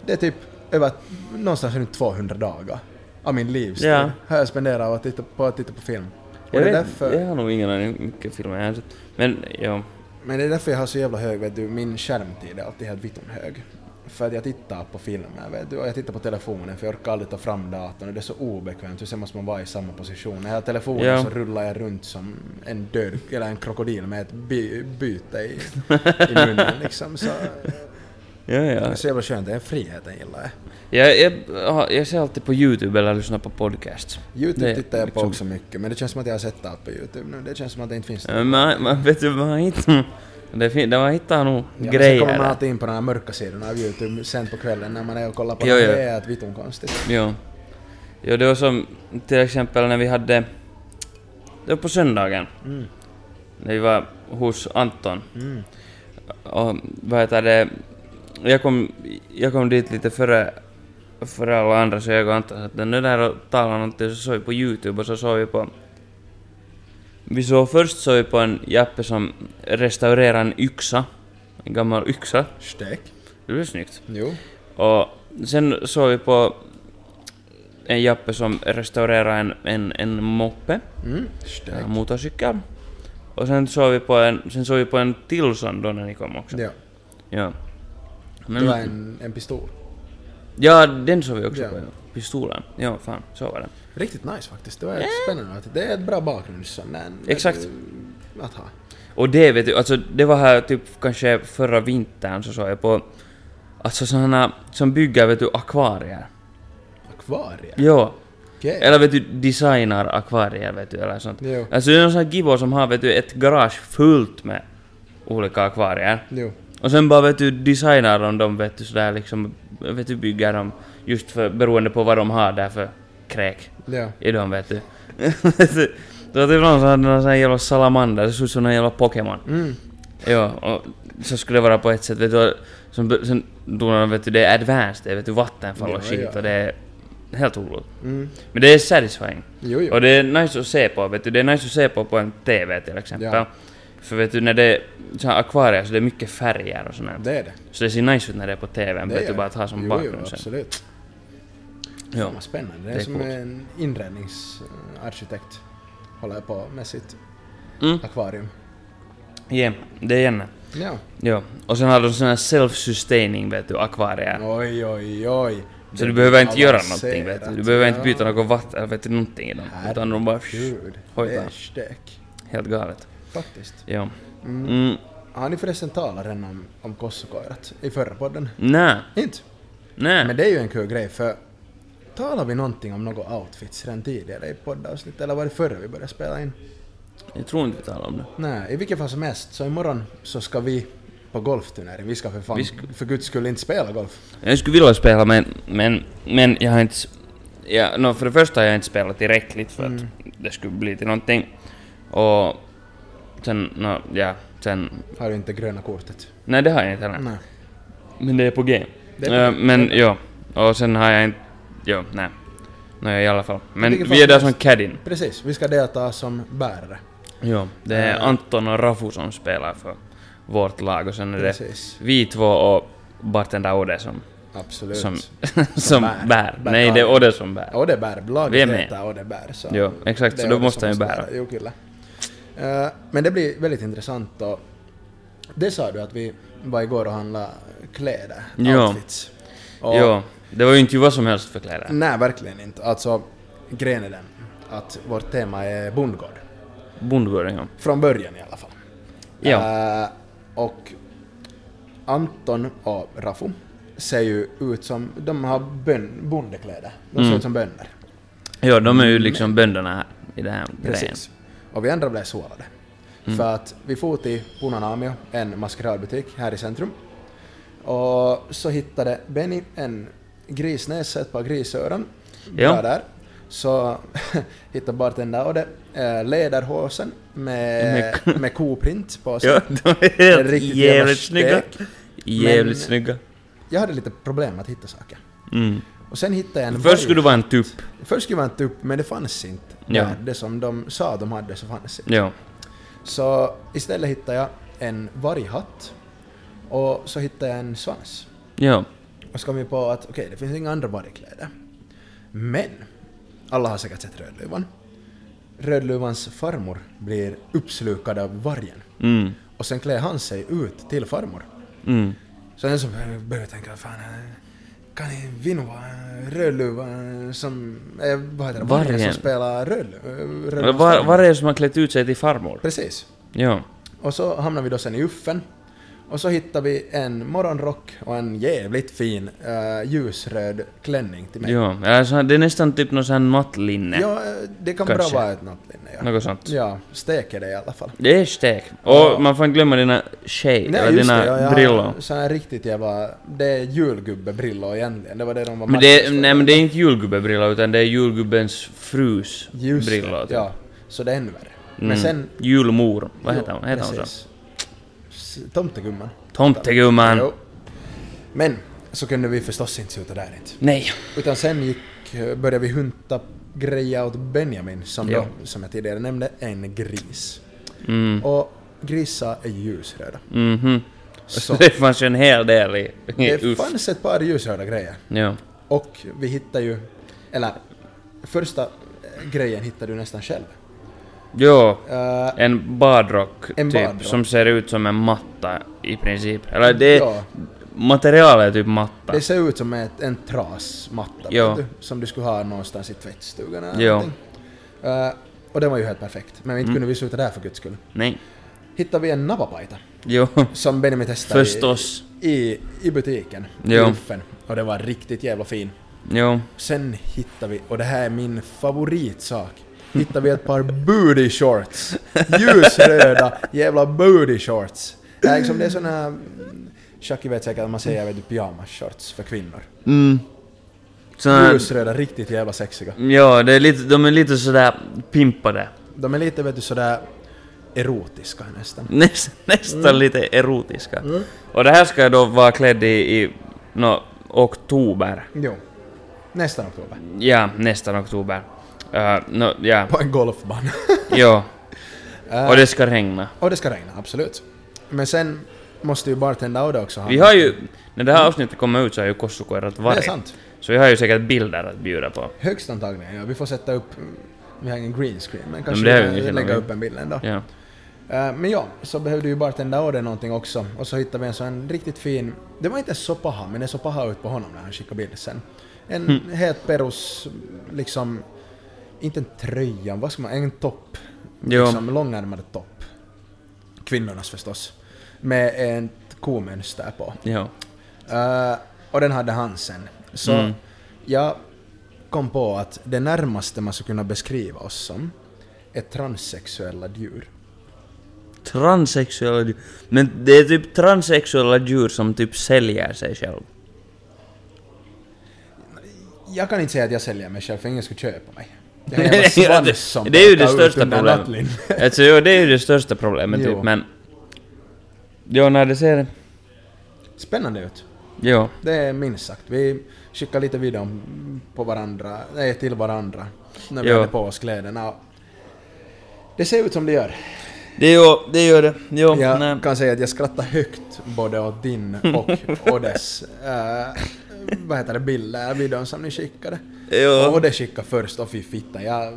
Speaker 2: Det är typ över någonstans runt 200 dagar av min livstid
Speaker 3: Ja.
Speaker 2: har jag spenderat på att titta på, att titta på film. Och
Speaker 3: Jag,
Speaker 2: det är
Speaker 3: vet,
Speaker 2: därför...
Speaker 3: jag har nog ingen aning hur mycket filmer jag har sett. Men ja.
Speaker 2: Men det är därför jag har så jävla hög, vet du, min skärmtid är alltid helt vitton hög. För att jag tittar på filmer, vet du, och jag tittar på telefonen för jag orkar aldrig ta fram datorn och det är så obekvämt och sen måste man vara i samma position. När jag har telefonen
Speaker 3: Ja.
Speaker 2: så rullar jag runt som en död, eller en krokodil med ett by, byte i, i munnen liksom. Så,
Speaker 3: Ja,
Speaker 2: det
Speaker 3: ja.
Speaker 2: är så jävla skönt, den friheten gillar jag.
Speaker 3: Jag, jag, jag, jag ser alltid på YouTube eller lyssnar på podcasts.
Speaker 2: Youtube
Speaker 3: Det är
Speaker 2: tittar jag på
Speaker 3: liksom-
Speaker 2: också mycket, men det känns som att jag har sett allt på Youtube nu. Det känns som att det inte finns
Speaker 3: Ja, men Man, man, vet du, man hittar... Det fin, där man hittar nog
Speaker 2: Ja, men sen
Speaker 3: grejer.
Speaker 2: kommer man
Speaker 3: där.
Speaker 2: alltid in på de här mörka sidorna av Youtube sen på kvällen när man är och kollar på
Speaker 3: Jo,
Speaker 2: det.
Speaker 3: jo.
Speaker 2: Det är att vitton konstigt.
Speaker 3: Ja. ja, det var som till exempel när vi hade... Det var på söndagen.
Speaker 2: Mm.
Speaker 3: När vi var hos Anton.
Speaker 2: Mm.
Speaker 3: Och vad heter det? Jag kom, jag kom dit lite före, före alla andra så jag och Anton satt nu där och talade om någonting så såg vi på Youtube och så såg vi på... Vi såg först såg vi på en jappe som restaurerar en yxa. En gammal yxa.
Speaker 2: Stek?
Speaker 3: Det blev snyggt.
Speaker 2: Jo.
Speaker 3: Och sen såg vi på en jappe som restaurerar en, en, en moppe,
Speaker 2: Mm.
Speaker 3: en
Speaker 2: Stek.
Speaker 3: motorcykel. Och sen såg vi på en, sen såg vi på en till sån då när ni kom också.
Speaker 2: Ja.
Speaker 3: Ja. Men,
Speaker 2: Det var en, en pistol.
Speaker 3: Ja, den såg vi också
Speaker 2: Ja.
Speaker 3: på. Ja. Pistolen. Ja, fan, så var det.
Speaker 2: Riktigt nice faktiskt. Det var spännande. att- Det är ett bra bakgrundsson.
Speaker 3: Exakt.
Speaker 2: Att ha.
Speaker 3: Och det vet du, alltså det var här typ kanske förra vintern så såg jag på Alltså sådana som bygger vet du akvarier.
Speaker 2: Akvarier.
Speaker 3: Ja.
Speaker 2: Okej.
Speaker 3: Mm. Eller vet du designar akvarier vet du eller sånt.
Speaker 2: Jo.
Speaker 3: Alltså det är någon sån här gibbo som har vet du ett garage fullt med olika akvarier.
Speaker 2: Jo.
Speaker 3: Och sen bara vet du designar de dem vet du sådär liksom, vet du bygger dem just för beroende på vad de har där för kräk.
Speaker 2: Ja.
Speaker 3: i dem vet du. Så att ibland så hade typ någon sån här jävla salamander, det såg ut som en jävla Pokémon.
Speaker 2: Mm.
Speaker 3: Ja, och så skulle det vara på ett sätt vet du. Som, sen då när, vet du, det är advanced, det är vet du, vattenfall och
Speaker 2: Ja,
Speaker 3: skit
Speaker 2: ja.
Speaker 3: och det är helt roligt.
Speaker 2: Mm.
Speaker 3: Men det är satisfying.
Speaker 2: Jo, jo.
Speaker 3: Och det är nice att se på, vet du. Det är nice att se på på en TV till exempel.
Speaker 2: Ja.
Speaker 3: För vet du, när det är så här akvarier så det är mycket färger och sånt här.
Speaker 2: Det är det.
Speaker 3: Så det ser nice ut när det är på TVn,
Speaker 2: det
Speaker 3: vet
Speaker 2: är
Speaker 3: du,
Speaker 2: det.
Speaker 3: bara att ha som
Speaker 2: jo, jo,
Speaker 3: bakgrund sen.
Speaker 2: absolut.
Speaker 3: Ja.
Speaker 2: Fan vad spännande. Det är,
Speaker 3: Det är
Speaker 2: som
Speaker 3: coolt.
Speaker 2: en inredningsarkitekt. Håller på med sitt
Speaker 3: Mm,
Speaker 2: akvarium.
Speaker 3: yeah, det är gärna.
Speaker 2: Ja.
Speaker 3: Ja, och sen har de såna här self-sustaining vet du, akvarier.
Speaker 2: Oj, oj, oj.
Speaker 3: så
Speaker 2: Det
Speaker 3: du
Speaker 2: är
Speaker 3: behöver inte göra någonting vet du.
Speaker 2: avancerat.
Speaker 3: Du behöver inte
Speaker 2: Ja.
Speaker 3: byta något vatten eller vet du, någonting i dem. Utan de bara...
Speaker 2: Herregud.
Speaker 3: Oj,
Speaker 2: Det är
Speaker 3: va.
Speaker 2: stek.
Speaker 3: Helt galet.
Speaker 2: Faktiskt.
Speaker 3: Ja.
Speaker 2: Mm.
Speaker 3: Mm,
Speaker 2: Har ni förresten talat redan om, om kossukoirat i förra podden?
Speaker 3: nä,
Speaker 2: Inte? Men
Speaker 3: nä.
Speaker 2: det är ju en kul grej för talade vi någonting om något outfits redan tidigare i poddavsnittet eller var det förra vi började spela in?
Speaker 3: Jag tror inte vi talar om det.
Speaker 2: Nej, i vilket fall som helst, så imorgon så ska vi på golfturnering. Vi ska för fan,
Speaker 3: Vi sk-
Speaker 2: för guds skull inte spela golf.
Speaker 3: Jag skulle vilja spela men, men, men jag har inte... s- Ja, no, för det första har jag inte spelat tillräckligt för att det skulle bli till någonting. Och sen, no, ja, sen...
Speaker 2: Har ju inte gröna kortet.
Speaker 3: Nej, det har jag inte heller.
Speaker 2: Nej.
Speaker 3: Men det är på G.
Speaker 2: Det är
Speaker 3: Eh,
Speaker 2: på G.
Speaker 3: men ja, och sen har jag inte... Jo, nej. Nej, i alla fall. Men
Speaker 2: vilken
Speaker 3: vi
Speaker 2: fall
Speaker 3: är där
Speaker 2: som
Speaker 3: som caddien.
Speaker 2: Precis, vi ska delta som bärare.
Speaker 3: Jo, det är
Speaker 2: Eh.
Speaker 3: Anton och Rafu som spelar för vårt lag och sen är det
Speaker 2: Precis.
Speaker 3: vi två och bartender Ode som,
Speaker 2: Absolut.
Speaker 3: som,
Speaker 2: Som
Speaker 3: som
Speaker 2: bär.
Speaker 3: bär.
Speaker 2: Bär
Speaker 3: Nej, det är
Speaker 2: laget.
Speaker 3: Ode som bär.
Speaker 2: Och det bär, laget
Speaker 3: Vi är med.
Speaker 2: heter och det bär. Så
Speaker 3: Jo, exakt,
Speaker 2: det
Speaker 3: så
Speaker 2: är
Speaker 3: då
Speaker 2: Ode
Speaker 3: måste
Speaker 2: som
Speaker 3: jag ju
Speaker 2: måste
Speaker 3: bära.
Speaker 2: Jo, kyllä. Eh, men det blir väldigt intressant och det sa du att vi var igår och handlade kläder,
Speaker 3: Jo.
Speaker 2: outfits. Och
Speaker 3: Jo, det var ju inte vad som helst för kläder.
Speaker 2: Nej, verkligen inte. Alltså, grejen är den att vårt tema är bondgård.
Speaker 3: Bondgården, ja.
Speaker 2: Från början i alla fall.
Speaker 3: Ja.
Speaker 2: Eh, och Anton och Rafu ser ju ut som... De har bön, bondekläder. De ser
Speaker 3: Mm.
Speaker 2: ut som bönder.
Speaker 3: Jo, de är ju liksom bönderna här i den här grejen. Mm.
Speaker 2: Och vi andra blev sårade. För att vi for till Punanamio, en maskeradbutik här i centrum. Och så hittade Benny en grisnäsa, ett par grisöron.
Speaker 3: Ja.
Speaker 2: Bra där. Så hittade bartendern och det eh, lederhosen med, med koprint på sig.
Speaker 3: Jo, de är helt
Speaker 2: riktigt jävla
Speaker 3: jävligt snygga.
Speaker 2: stek.
Speaker 3: Jävligt
Speaker 2: Men-
Speaker 3: snygga.
Speaker 2: Jag hade lite problem att hitta saker.
Speaker 3: Mm.
Speaker 2: Och sen hittade jag en
Speaker 3: Först skulle du vara en tupp.
Speaker 2: Först skulle man inte upp, men det fanns inte.
Speaker 3: Ja.
Speaker 2: där. Det som de sa de hade så fanns inte.
Speaker 3: Jo.
Speaker 2: Så istället hittade jag en varghatt och så hittade jag en svans.
Speaker 3: Jo.
Speaker 2: Och så kom jag på att okej, det finns inga andra vargkläder. Men, alla har säkert sett Rödluvan. Rödluvans farmor blir uppslukad av vargen.
Speaker 3: Mm.
Speaker 2: Och sen klär han sig ut till farmor.
Speaker 3: Mm.
Speaker 2: Så sen så började jag tänka, fan, eh, kan det Vino vara Rödluvan som, eh, vad heter det, vargen som
Speaker 3: Vargen.
Speaker 2: spelar Rödluvan?
Speaker 3: Men Var, var är det som har klätt ut sig till farmor?
Speaker 2: Precis.
Speaker 3: Jo.
Speaker 2: Och så hamnade vi då sen i Uffen. Och så hittade vi en morgonrock och en jävligt fin eh, ljusröd klänning till mig.
Speaker 3: Jo. Alltså, det är nästan typ någon sån här nattlinne.
Speaker 2: Ja, eh, det kan
Speaker 3: Kanske.
Speaker 2: bra vara ett nattlinne. Ja.
Speaker 3: Något sånt.
Speaker 2: ja, steker det i alla fall.
Speaker 3: Det är stek. Och man får inte glömma dina shade, eller
Speaker 2: just
Speaker 3: dina
Speaker 2: det, ja, jag har
Speaker 3: brillor.
Speaker 2: Sån här riktigt jävla... Det är julgubbebrillor egentligen. Det var det de var
Speaker 3: Men det,
Speaker 2: masters för.
Speaker 3: nej men det är inte julgubbebrillor utan det är julgubbens frus
Speaker 2: Just det,
Speaker 3: brillor. typ.
Speaker 2: Ja, så det är ännu värre.
Speaker 3: Mm.
Speaker 2: Men sen...
Speaker 3: Julmor, vad
Speaker 2: Jo,
Speaker 3: heter hon? Heter hon så?
Speaker 2: precis. S- Tomtegumman.
Speaker 3: Tomtegumman!
Speaker 2: Jo. Men, så kunde vi förstås inte sluta där inte.
Speaker 3: Nej.
Speaker 2: Utan sen gick, började vi hunta grejer åt Benjamin som
Speaker 3: Ja.
Speaker 2: då, som jag tidigare nämnde, en gris.
Speaker 3: Mm.
Speaker 2: Och grisar är ljusröda.
Speaker 3: Mhm.
Speaker 2: Så
Speaker 3: Det fanns ju en hel del i...
Speaker 2: det
Speaker 3: Uff.
Speaker 2: fanns ett par ljusröda grejer.
Speaker 3: Ja.
Speaker 2: Och vi hittade ju, eller första eh, grejen hittade du nästan själv.
Speaker 3: Jo.
Speaker 2: Eh,
Speaker 3: En badrock,
Speaker 2: En
Speaker 3: typ,
Speaker 2: badrock.
Speaker 3: som ser ut som en matta i princip. Eller det...
Speaker 2: ja,
Speaker 3: Materialet är typ matta.
Speaker 2: det ser ut som ett, en trasmatta
Speaker 3: Ja.
Speaker 2: vet du, som du skulle ha någonstans i tvättstugan eller
Speaker 3: Ja. Mm.
Speaker 2: någonting. Eh, och den var ju helt perfekt, men inte kunde vi sluta där för guds skull.
Speaker 3: Nej.
Speaker 2: Hittade vi en napapaita
Speaker 3: Jo.
Speaker 2: som Benjamin testade i-
Speaker 3: Förstås.
Speaker 2: i, i butiken, i
Speaker 3: Jo.
Speaker 2: Uffen. Och det var riktigt jävla fin.
Speaker 3: Jo.
Speaker 2: Sen hittade vi, och det här är min favoritsak, hittade vi ett par booty shorts. Ljusröda jävla booty shorts. Det är liksom, det är såna här... Chucky vet säkert att man säger vet, du, pyjamas-shorts för kvinnor.
Speaker 3: Mm. Såna...
Speaker 2: Ljusröda, riktigt jävla sexiga.
Speaker 3: Ja, det är lite, de är lite sådär pimpade.
Speaker 2: De är lite vet du sådär erotiska nästan.
Speaker 3: Näst, nästan
Speaker 2: Mm.
Speaker 3: lite erotiska. Och det här ska jag då vara klädd i, i nå, oktober.
Speaker 2: Jo. Nästan oktober.
Speaker 3: Ja, nästan oktober. Uh, nå, ja,
Speaker 2: På en golfbana.
Speaker 3: ja.
Speaker 2: Äh.
Speaker 3: Och det ska regna.
Speaker 2: och det ska regna, absolut. Men sen måste ju bartendern och det också ha...
Speaker 3: Vi har ju, när det här avsnittet kommer ut så har ju Kossukoirat
Speaker 2: Det är
Speaker 3: varit.
Speaker 2: sant.
Speaker 3: Så vi har ju säkert bilder att bjuda på.
Speaker 2: Högst antagligen, ja. Vi får sätta upp... mm, Vi har ingen green screen,
Speaker 3: men
Speaker 2: men
Speaker 3: det
Speaker 2: kanske
Speaker 3: har
Speaker 2: men
Speaker 3: vi
Speaker 2: vi
Speaker 3: ingen
Speaker 2: lägga
Speaker 3: aning.
Speaker 2: upp en bild ändå.
Speaker 3: Ja.
Speaker 2: Eh, men ja, så behövde ju bartendern order någonting också. Och så hittade vi en sån här riktigt fin... Det var inte så paha, men det såg paha ut på honom när han skickade bild sen. En
Speaker 3: Hm.
Speaker 2: helt perus, liksom... Inte en tröja, vad ska man... En topp.
Speaker 3: Jo.
Speaker 2: Liksom långärmad topp. Kvinnornas förstås. Med ett komönster på.
Speaker 3: Ja.
Speaker 2: Eh, och den hade han sen. Så
Speaker 3: Mm.
Speaker 2: jag kom på att det närmaste man skulle kunna beskriva oss som är transsexuella djur.
Speaker 3: Transsexuella djur. Men det är typ transsexuella djur som typ säljer sig själv.
Speaker 2: Jag kan inte säga att jag säljer mig själv för ingen skulle köpa mig. Jag har en jävla
Speaker 3: Ja,
Speaker 2: svans som
Speaker 3: det, det är ju det
Speaker 2: pekar ut
Speaker 3: största
Speaker 2: under en
Speaker 3: problemet.
Speaker 2: nattlinne.
Speaker 3: alltså, jo, det är ju det största problemet
Speaker 2: Jo.
Speaker 3: typ, men... Jo, när det ser...
Speaker 2: Spännande ut.
Speaker 3: Jo.
Speaker 2: Det är minst sagt. Vi skickar lite videon på varandra, nej till varandra. När vi
Speaker 3: Jo.
Speaker 2: hade på oss kläderna. Det ser ut som det gör.
Speaker 3: Det gör det. Gör det. Jo,
Speaker 2: Jag
Speaker 3: nej.
Speaker 2: kan säga att jag skrattar högt både åt din och Oddes äh, vad heter det, bilder, videon som ni skickade. Och
Speaker 3: Jo.
Speaker 2: Odde skickade först och fy fitta, jag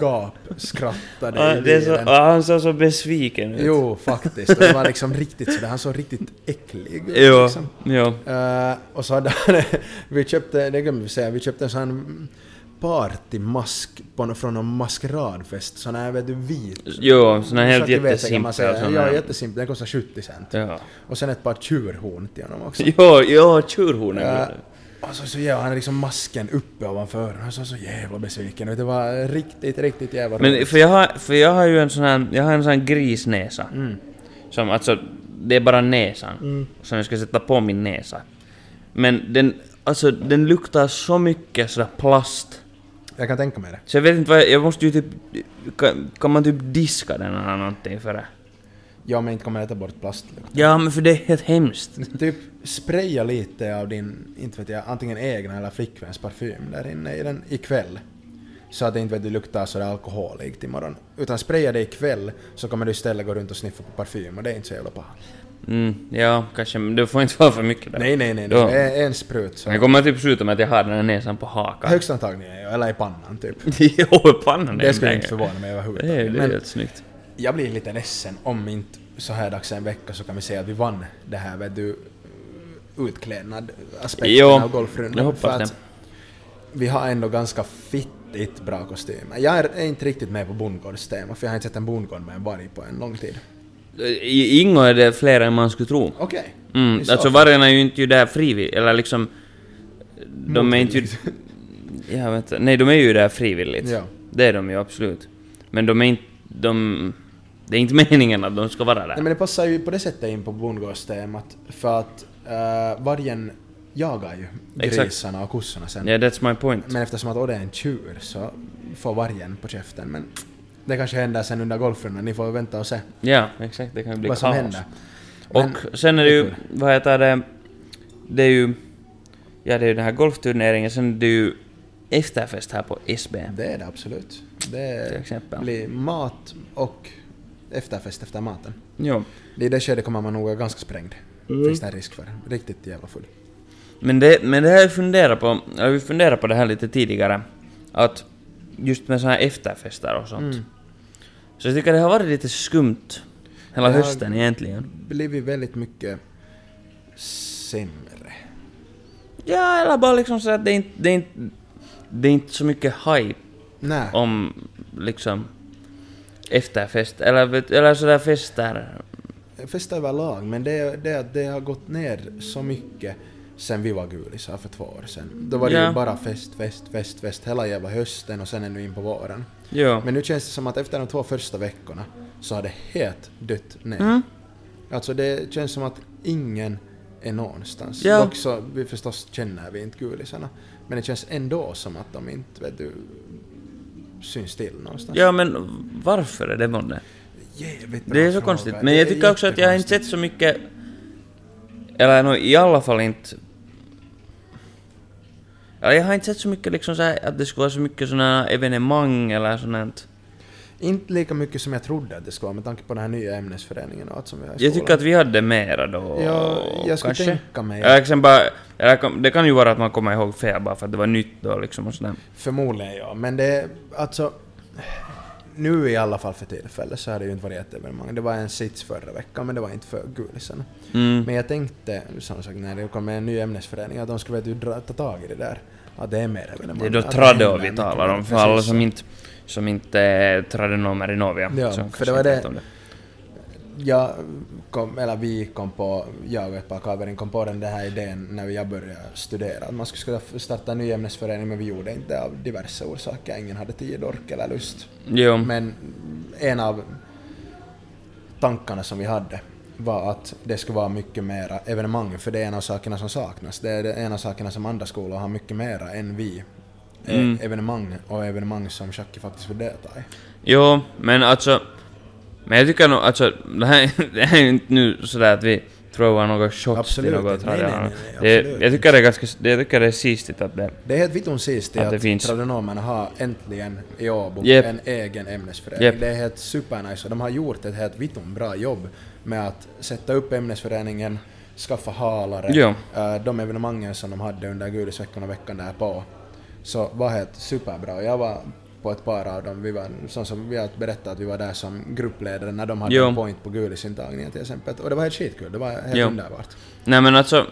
Speaker 2: gapskrattade
Speaker 3: Ah,
Speaker 2: i
Speaker 3: det är så,
Speaker 2: bilen.
Speaker 3: ah, han såg så besviken ut.
Speaker 2: Jo, faktiskt. Och Det var liksom riktigt sådär, han såg riktigt äcklig ut
Speaker 3: Jo.
Speaker 2: liksom.
Speaker 3: Jo.
Speaker 2: Eh, och så hade han, vi köpte, det glömde vi säga, vi köpte en sån här partymask på, nå- från någon maskeradfest, sån här vet du vit.
Speaker 3: Jo, sån här helt
Speaker 2: Så att du vet säkert,
Speaker 3: jättesimpel
Speaker 2: man säger,
Speaker 3: sån
Speaker 2: Ja,
Speaker 3: här.
Speaker 2: jättesimpel, den kostar 70 cent.
Speaker 3: Ja.
Speaker 2: Och sen ett par tjurhorn till honom också.
Speaker 3: Jo, jo, tjurhorn är
Speaker 2: Eh,
Speaker 3: det.
Speaker 2: och så, så ger han liksom masken uppe ovanför och så så jävla besviken ut. Det var riktigt, riktigt jävla
Speaker 3: Men
Speaker 2: roligt.
Speaker 3: för jag, har, för jag har ju en sån här, jag har en sån här grisnäsa.
Speaker 2: Mm.
Speaker 3: Som alltså, det är bara näsan som jag ska sätta på min näsa. Men den, alltså den luktar så mycket sådär plast.
Speaker 2: Jag kan tänka mig det.
Speaker 3: Så jag vet inte vad jag, jag måste ju typ, kan, kan man typ diska den eller någonting för det?
Speaker 2: Ja, men inte kommer jag äta bort plastlukt.
Speaker 3: Ja men för det är helt hemskt.
Speaker 2: Typ spraya lite av din, inte vet jag, antingen egna eller flickväns parfym där inne i den ikväll. Så att det inte vet du luktar sådär alkoholigt imorgon. Utan spraya det ikväll så kommer du istället gå runt och sniffa på parfym och det är inte så jävla paha.
Speaker 3: Mm, ja kanske, men det får inte vara för mycket där.
Speaker 2: Nej, nej, nej,
Speaker 3: Då-
Speaker 2: nej. En- En sprut så.
Speaker 3: Jag kommer typ sluta med att jag har den här näsan på hakan.
Speaker 2: Högst antagligen, ja, eller i pannan typ.
Speaker 3: Jo, pannan är
Speaker 2: Det skulle
Speaker 3: en
Speaker 2: inte
Speaker 3: längre.
Speaker 2: förvåna mig
Speaker 3: Det är ju
Speaker 2: överhuvudtaget.
Speaker 3: det är
Speaker 2: Men
Speaker 3: helt snyggt.
Speaker 2: jag blir lite ledsen om inte så här dags en vecka så kan vi säga att vi vann det här vet du utklädnad aspekten
Speaker 3: Jo,
Speaker 2: av golfrundan.
Speaker 3: jag hoppas
Speaker 2: För att
Speaker 3: det.
Speaker 2: Vi har ändå ganska fittigt bra kostymer. Jag är är inte riktigt med på bondgårdstema för jag har inte sett en bondgård med en varg på en lång tid.
Speaker 3: I Ingo är det fler än man skulle tro.
Speaker 2: Okej.
Speaker 3: Mm,
Speaker 2: I så
Speaker 3: alltså
Speaker 2: fall.
Speaker 3: vargarna är ju inte ju där frivilligt, eller liksom... De är inte ju... Ja, vänta. Nej, de är ju där frivilligt.
Speaker 2: Ja.
Speaker 3: Det är de ju absolut. Men de är inte... De, det är inte meningen att de ska vara där.
Speaker 2: Nej men det passar ju på det sättet in på bondgårdstemat för att uh, vargen jagar ju
Speaker 3: Exakt.
Speaker 2: grisarna och kossorna sen.
Speaker 3: yeah, that's my point.
Speaker 2: Men eftersom att Odde är en tjur så får vargen på käften. Men det kanske händer sen under golfrundan, ni får vänta och se
Speaker 3: ja, exakt. Det kan ju bli
Speaker 2: vad som
Speaker 3: kaos.
Speaker 2: händer.
Speaker 3: Och
Speaker 2: Men-
Speaker 3: sen är det ju...
Speaker 2: Kul.
Speaker 3: Vad heter det? Det är ju... Ja, det är ju den här golfturneringen. Sen är det ju efterfest här på SB.
Speaker 2: Det är det absolut.
Speaker 3: Till
Speaker 2: Det
Speaker 3: exempel.
Speaker 2: blir mat och efterfest efter maten.
Speaker 3: Jo.
Speaker 2: I det skedet kommer man nog vara ganska sprängd. Finns det en risk för. Riktigt jävla full.
Speaker 3: Men det, men det här jag funderar på, jag har ju funderat på det här lite tidigare, att just med såna här efterfester och sånt. Så jag tycker det har varit lite skumt hela
Speaker 2: Det har-
Speaker 3: hösten egentligen.
Speaker 2: Blivit väldigt mycket sämre.
Speaker 3: Ja, eller bara liksom så att det är inte, det är inte, det är inte så mycket hype
Speaker 2: Nej.
Speaker 3: om liksom efterfest, eller, vet- eller sådär fester.
Speaker 2: Fest Eh, överlag, men det, det, det har gått ner så mycket sen vi var gulisar för två år sedan. Då var det
Speaker 3: Ja.
Speaker 2: ju bara fest, fest, fest, fest hela jävla hösten och sen ännu in på våren.
Speaker 3: Jo.
Speaker 2: Men nu känns det som att efter de två första veckorna så har det helt dött ner.
Speaker 3: Mm.
Speaker 2: Alltså det känns som att ingen är någonstans.
Speaker 3: Ja.
Speaker 2: Dock så vi förstås känner vi inte gulisarna. Men det känns ändå som att de inte vet du, syns till någonstans.
Speaker 3: Ja, men varför är det månne?
Speaker 2: Jävligt bra
Speaker 3: Det är så
Speaker 2: fråga.
Speaker 3: konstigt.
Speaker 2: Det
Speaker 3: Men
Speaker 2: är
Speaker 3: jag tycker också att jag har inte
Speaker 2: jättekonstigt.
Speaker 3: sett så mycket... Eller nå, i alla fall inte... Eller jag har inte sett så mycket liksom så här, att det skulle vara så mycket såna evenemang eller sånt.
Speaker 2: Inte lika mycket som jag trodde att det skulle vara med tanke på den här nya ämnesföreningen och allt som vi har i
Speaker 3: Jag
Speaker 2: skolan.
Speaker 3: tycker att vi hade mera då.
Speaker 2: Ja, jag skulle
Speaker 3: kanske.
Speaker 2: tänka mig.
Speaker 3: Eller liksom bara, eller, kom- det kan ju vara att man kommer ihåg fel bara för att det var nytt då liksom och sådär.
Speaker 2: Förmodligen ja, men det är alltså... Nu i alla fall för tillfället så har det ju inte varit ett evenemang. Det var en sits förra veckan men det var inte för gulisarna.
Speaker 3: Mm.
Speaker 2: Men jag tänkte, som sagt, när det kommer en ny ämnesförening att de skulle vet, du, dra, ta tag i det där. Att det är mer evenemang.
Speaker 3: Det är då
Speaker 2: Att
Speaker 3: Tradeo
Speaker 2: händer
Speaker 3: vi
Speaker 2: mycket
Speaker 3: talar
Speaker 2: mer.
Speaker 3: om för alla
Speaker 2: Precis.
Speaker 3: som inte, som inte är tradenomer i eh, Novia.
Speaker 2: Ja,
Speaker 3: som kanske
Speaker 2: för det var
Speaker 3: inte
Speaker 2: det-
Speaker 3: vet om
Speaker 2: jag kom, eller vi kom på, jag och ett par kaverin kom på den där här idén när jag började studera, att man skulle skulle starta en ny ämnesförening, men vi gjorde inte det av diverse orsaker, ingen hade tid, ork eller lust.
Speaker 3: Jo.
Speaker 2: Men en av tankarna som vi hade var att det skulle vara mycket mera evenemang, för det är en av sakerna som saknas. Det är det- en av sakerna som andra skolor har mycket mera än vi. E-
Speaker 3: Mm.
Speaker 2: Evenemang och evenemang som Jackie faktiskt vill delta i.
Speaker 3: Jo, men alltså... Men jag tycker nog, alltså, det här, det här är ju inte nu sådär att vi throwar några shots
Speaker 2: Absolut
Speaker 3: till något
Speaker 2: inte. Nej, nej, nej, nej,
Speaker 3: det,
Speaker 2: absolut
Speaker 3: Jag tycker det är ganska, jag tycker det är sistigt att det...
Speaker 2: Det är helt vitun sist i
Speaker 3: Att
Speaker 2: att,
Speaker 3: det finns.
Speaker 2: Tradonomerna har äntligen i Åbo
Speaker 3: Jep.
Speaker 2: en egen ämnesförening.
Speaker 3: Jep.
Speaker 2: Det är helt supernice och de har gjort ett helt vitun bra jobb med att sätta upp ämnesföreningen, skaffa halare,
Speaker 3: Jo.
Speaker 2: eh, de evenemangen som de hade under Gudisveckan och veckan därpå. Så var helt superbra. Jag var på ett par av dem, vi var, som, som vi har berättat att vi var där som gruppledare när de hade
Speaker 3: Jo.
Speaker 2: en point på Gudisintagningen till exempel. Och det var helt skitkul, det var helt
Speaker 3: Jo.
Speaker 2: underbart.
Speaker 3: Nej men alltså,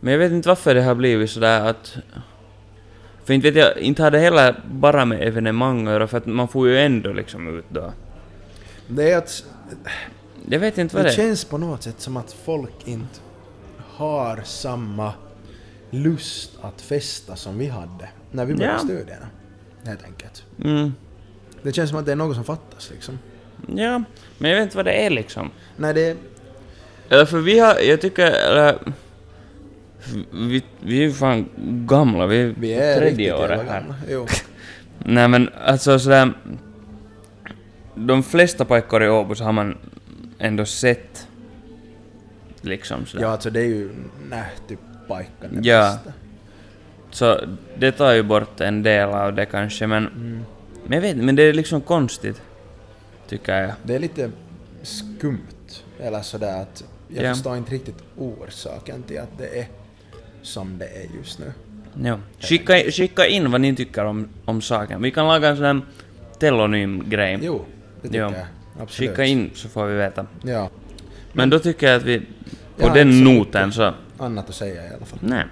Speaker 3: men jag vet inte varför det har blivit sådär att... För inte vet jag, inte har det heller bara med evenemang att göra, för att man får ju ändå liksom ut då.
Speaker 2: Det är att
Speaker 3: Jag vet inte vad det
Speaker 2: Det
Speaker 3: är.
Speaker 2: känns på något sätt som att folk inte har samma lust att festa som vi hade när vi började
Speaker 3: Ja.
Speaker 2: studierna. Helt enkelt.
Speaker 3: Mm.
Speaker 2: Det känns som att det är något som fattas liksom.
Speaker 3: Ja, men jag vet inte vad det är liksom.
Speaker 2: Nej, det är...
Speaker 3: Eller för vi har, jag tycker, eller, vi, vi är ju fan gamla, vi är,
Speaker 2: Vi är riktigt
Speaker 3: tredje
Speaker 2: jävla
Speaker 3: året här.
Speaker 2: gamla. Jo.
Speaker 3: Nej men alltså sådär, de flesta pojkar i Åbo så har man ändå sett, liksom sådär.
Speaker 2: Ja, alltså det är ju nähty paikka det
Speaker 3: Ja.
Speaker 2: bästa.
Speaker 3: Så det tar ju bort en del av det kanske, men,
Speaker 2: Mm.
Speaker 3: men jag vet inte, men det är liksom konstigt, tycker jag.
Speaker 2: Det är lite skumt. Eller sådär att jag
Speaker 3: Ja.
Speaker 2: förstår inte riktigt orsaken till att det är som det är just nu.
Speaker 3: Ja. Skicka, skicka in vad ni tycker om, om saken. Vi kan laga en sån här telonym grej.
Speaker 2: Jo, det tycker
Speaker 3: Ja.
Speaker 2: jag. Absolut.
Speaker 3: Skicka in så får vi veta.
Speaker 2: Ja.
Speaker 3: Men då tycker jag att vi, på
Speaker 2: Ja,
Speaker 3: den
Speaker 2: absolut.
Speaker 3: noten så,
Speaker 2: Annat att säga i alla fall.
Speaker 3: nej.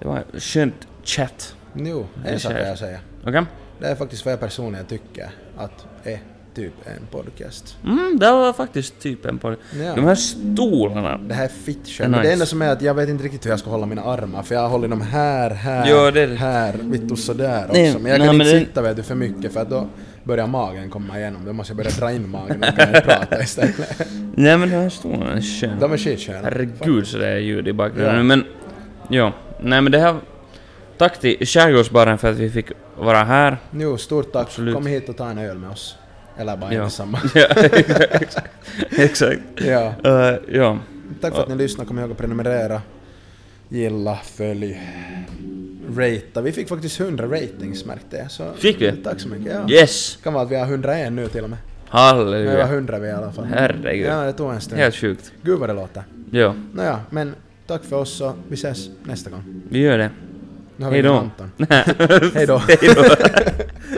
Speaker 3: Det var skönt chat.
Speaker 2: Jo,
Speaker 3: Det är
Speaker 2: en sak
Speaker 3: kär.
Speaker 2: kan jag säga.
Speaker 3: Okej?
Speaker 2: Det är faktiskt vad jag personligen tycker att är typ en podcast.
Speaker 3: Mm, det var faktiskt typen på det.
Speaker 2: Ja.
Speaker 3: De här stolarna.
Speaker 2: Det här är fitt
Speaker 3: Det är
Speaker 2: skönt. Men Det
Speaker 3: nice.
Speaker 2: enda som är att jag vet inte riktigt hur jag ska hålla mina armar för jag har hållit dem här, här,
Speaker 3: Jo, det är det.
Speaker 2: här, vittu sådär också.
Speaker 3: Nej,
Speaker 2: men jag
Speaker 3: nej,
Speaker 2: kan
Speaker 3: men
Speaker 2: inte
Speaker 3: det-
Speaker 2: sitta vet du för mycket för att då börjar magen komma igenom. Då måste jag börja dra in magen och kan jag prata istället.
Speaker 3: Nej men de här stolarna är sköna.
Speaker 2: De är skitsköna.
Speaker 3: Herregud så det är ljud i bakgrunden nu,
Speaker 2: Ja.
Speaker 3: men... Ja. Nej men det här... Tack till Skärgårdsbaren för att vi fick vara här.
Speaker 2: Jo, stort tack.
Speaker 3: Absolut.
Speaker 2: Kom hit och ta en öl med oss. Eller bara
Speaker 3: Ja.
Speaker 2: ensamma.
Speaker 3: Ja, exakt. Exakt.
Speaker 2: ja.
Speaker 3: Eh, ja.
Speaker 2: Tack för att ni lyssnade. Kom ihåg att prenumerera, gilla, följ, ratea. Vi fick faktiskt 100 ratings märkte jag. Så
Speaker 3: Fick vi?
Speaker 2: Tack så mycket. Ja.
Speaker 3: Yes!
Speaker 2: Kan vara att vi har 101 nu till och med. Men vi var
Speaker 3: Halleluja.
Speaker 2: 100 vi i alla fall.
Speaker 3: Herregud.
Speaker 2: Ja, det tog en stund.
Speaker 3: Helt sjukt.
Speaker 2: Gud vad det låter.
Speaker 3: Ja,
Speaker 2: Nåja, men tack för oss och vi ses nästa gång.
Speaker 3: vi gör det.
Speaker 2: Nu har vi
Speaker 3: Hej då.
Speaker 2: ingen Anton. Hej då.
Speaker 3: Hej då.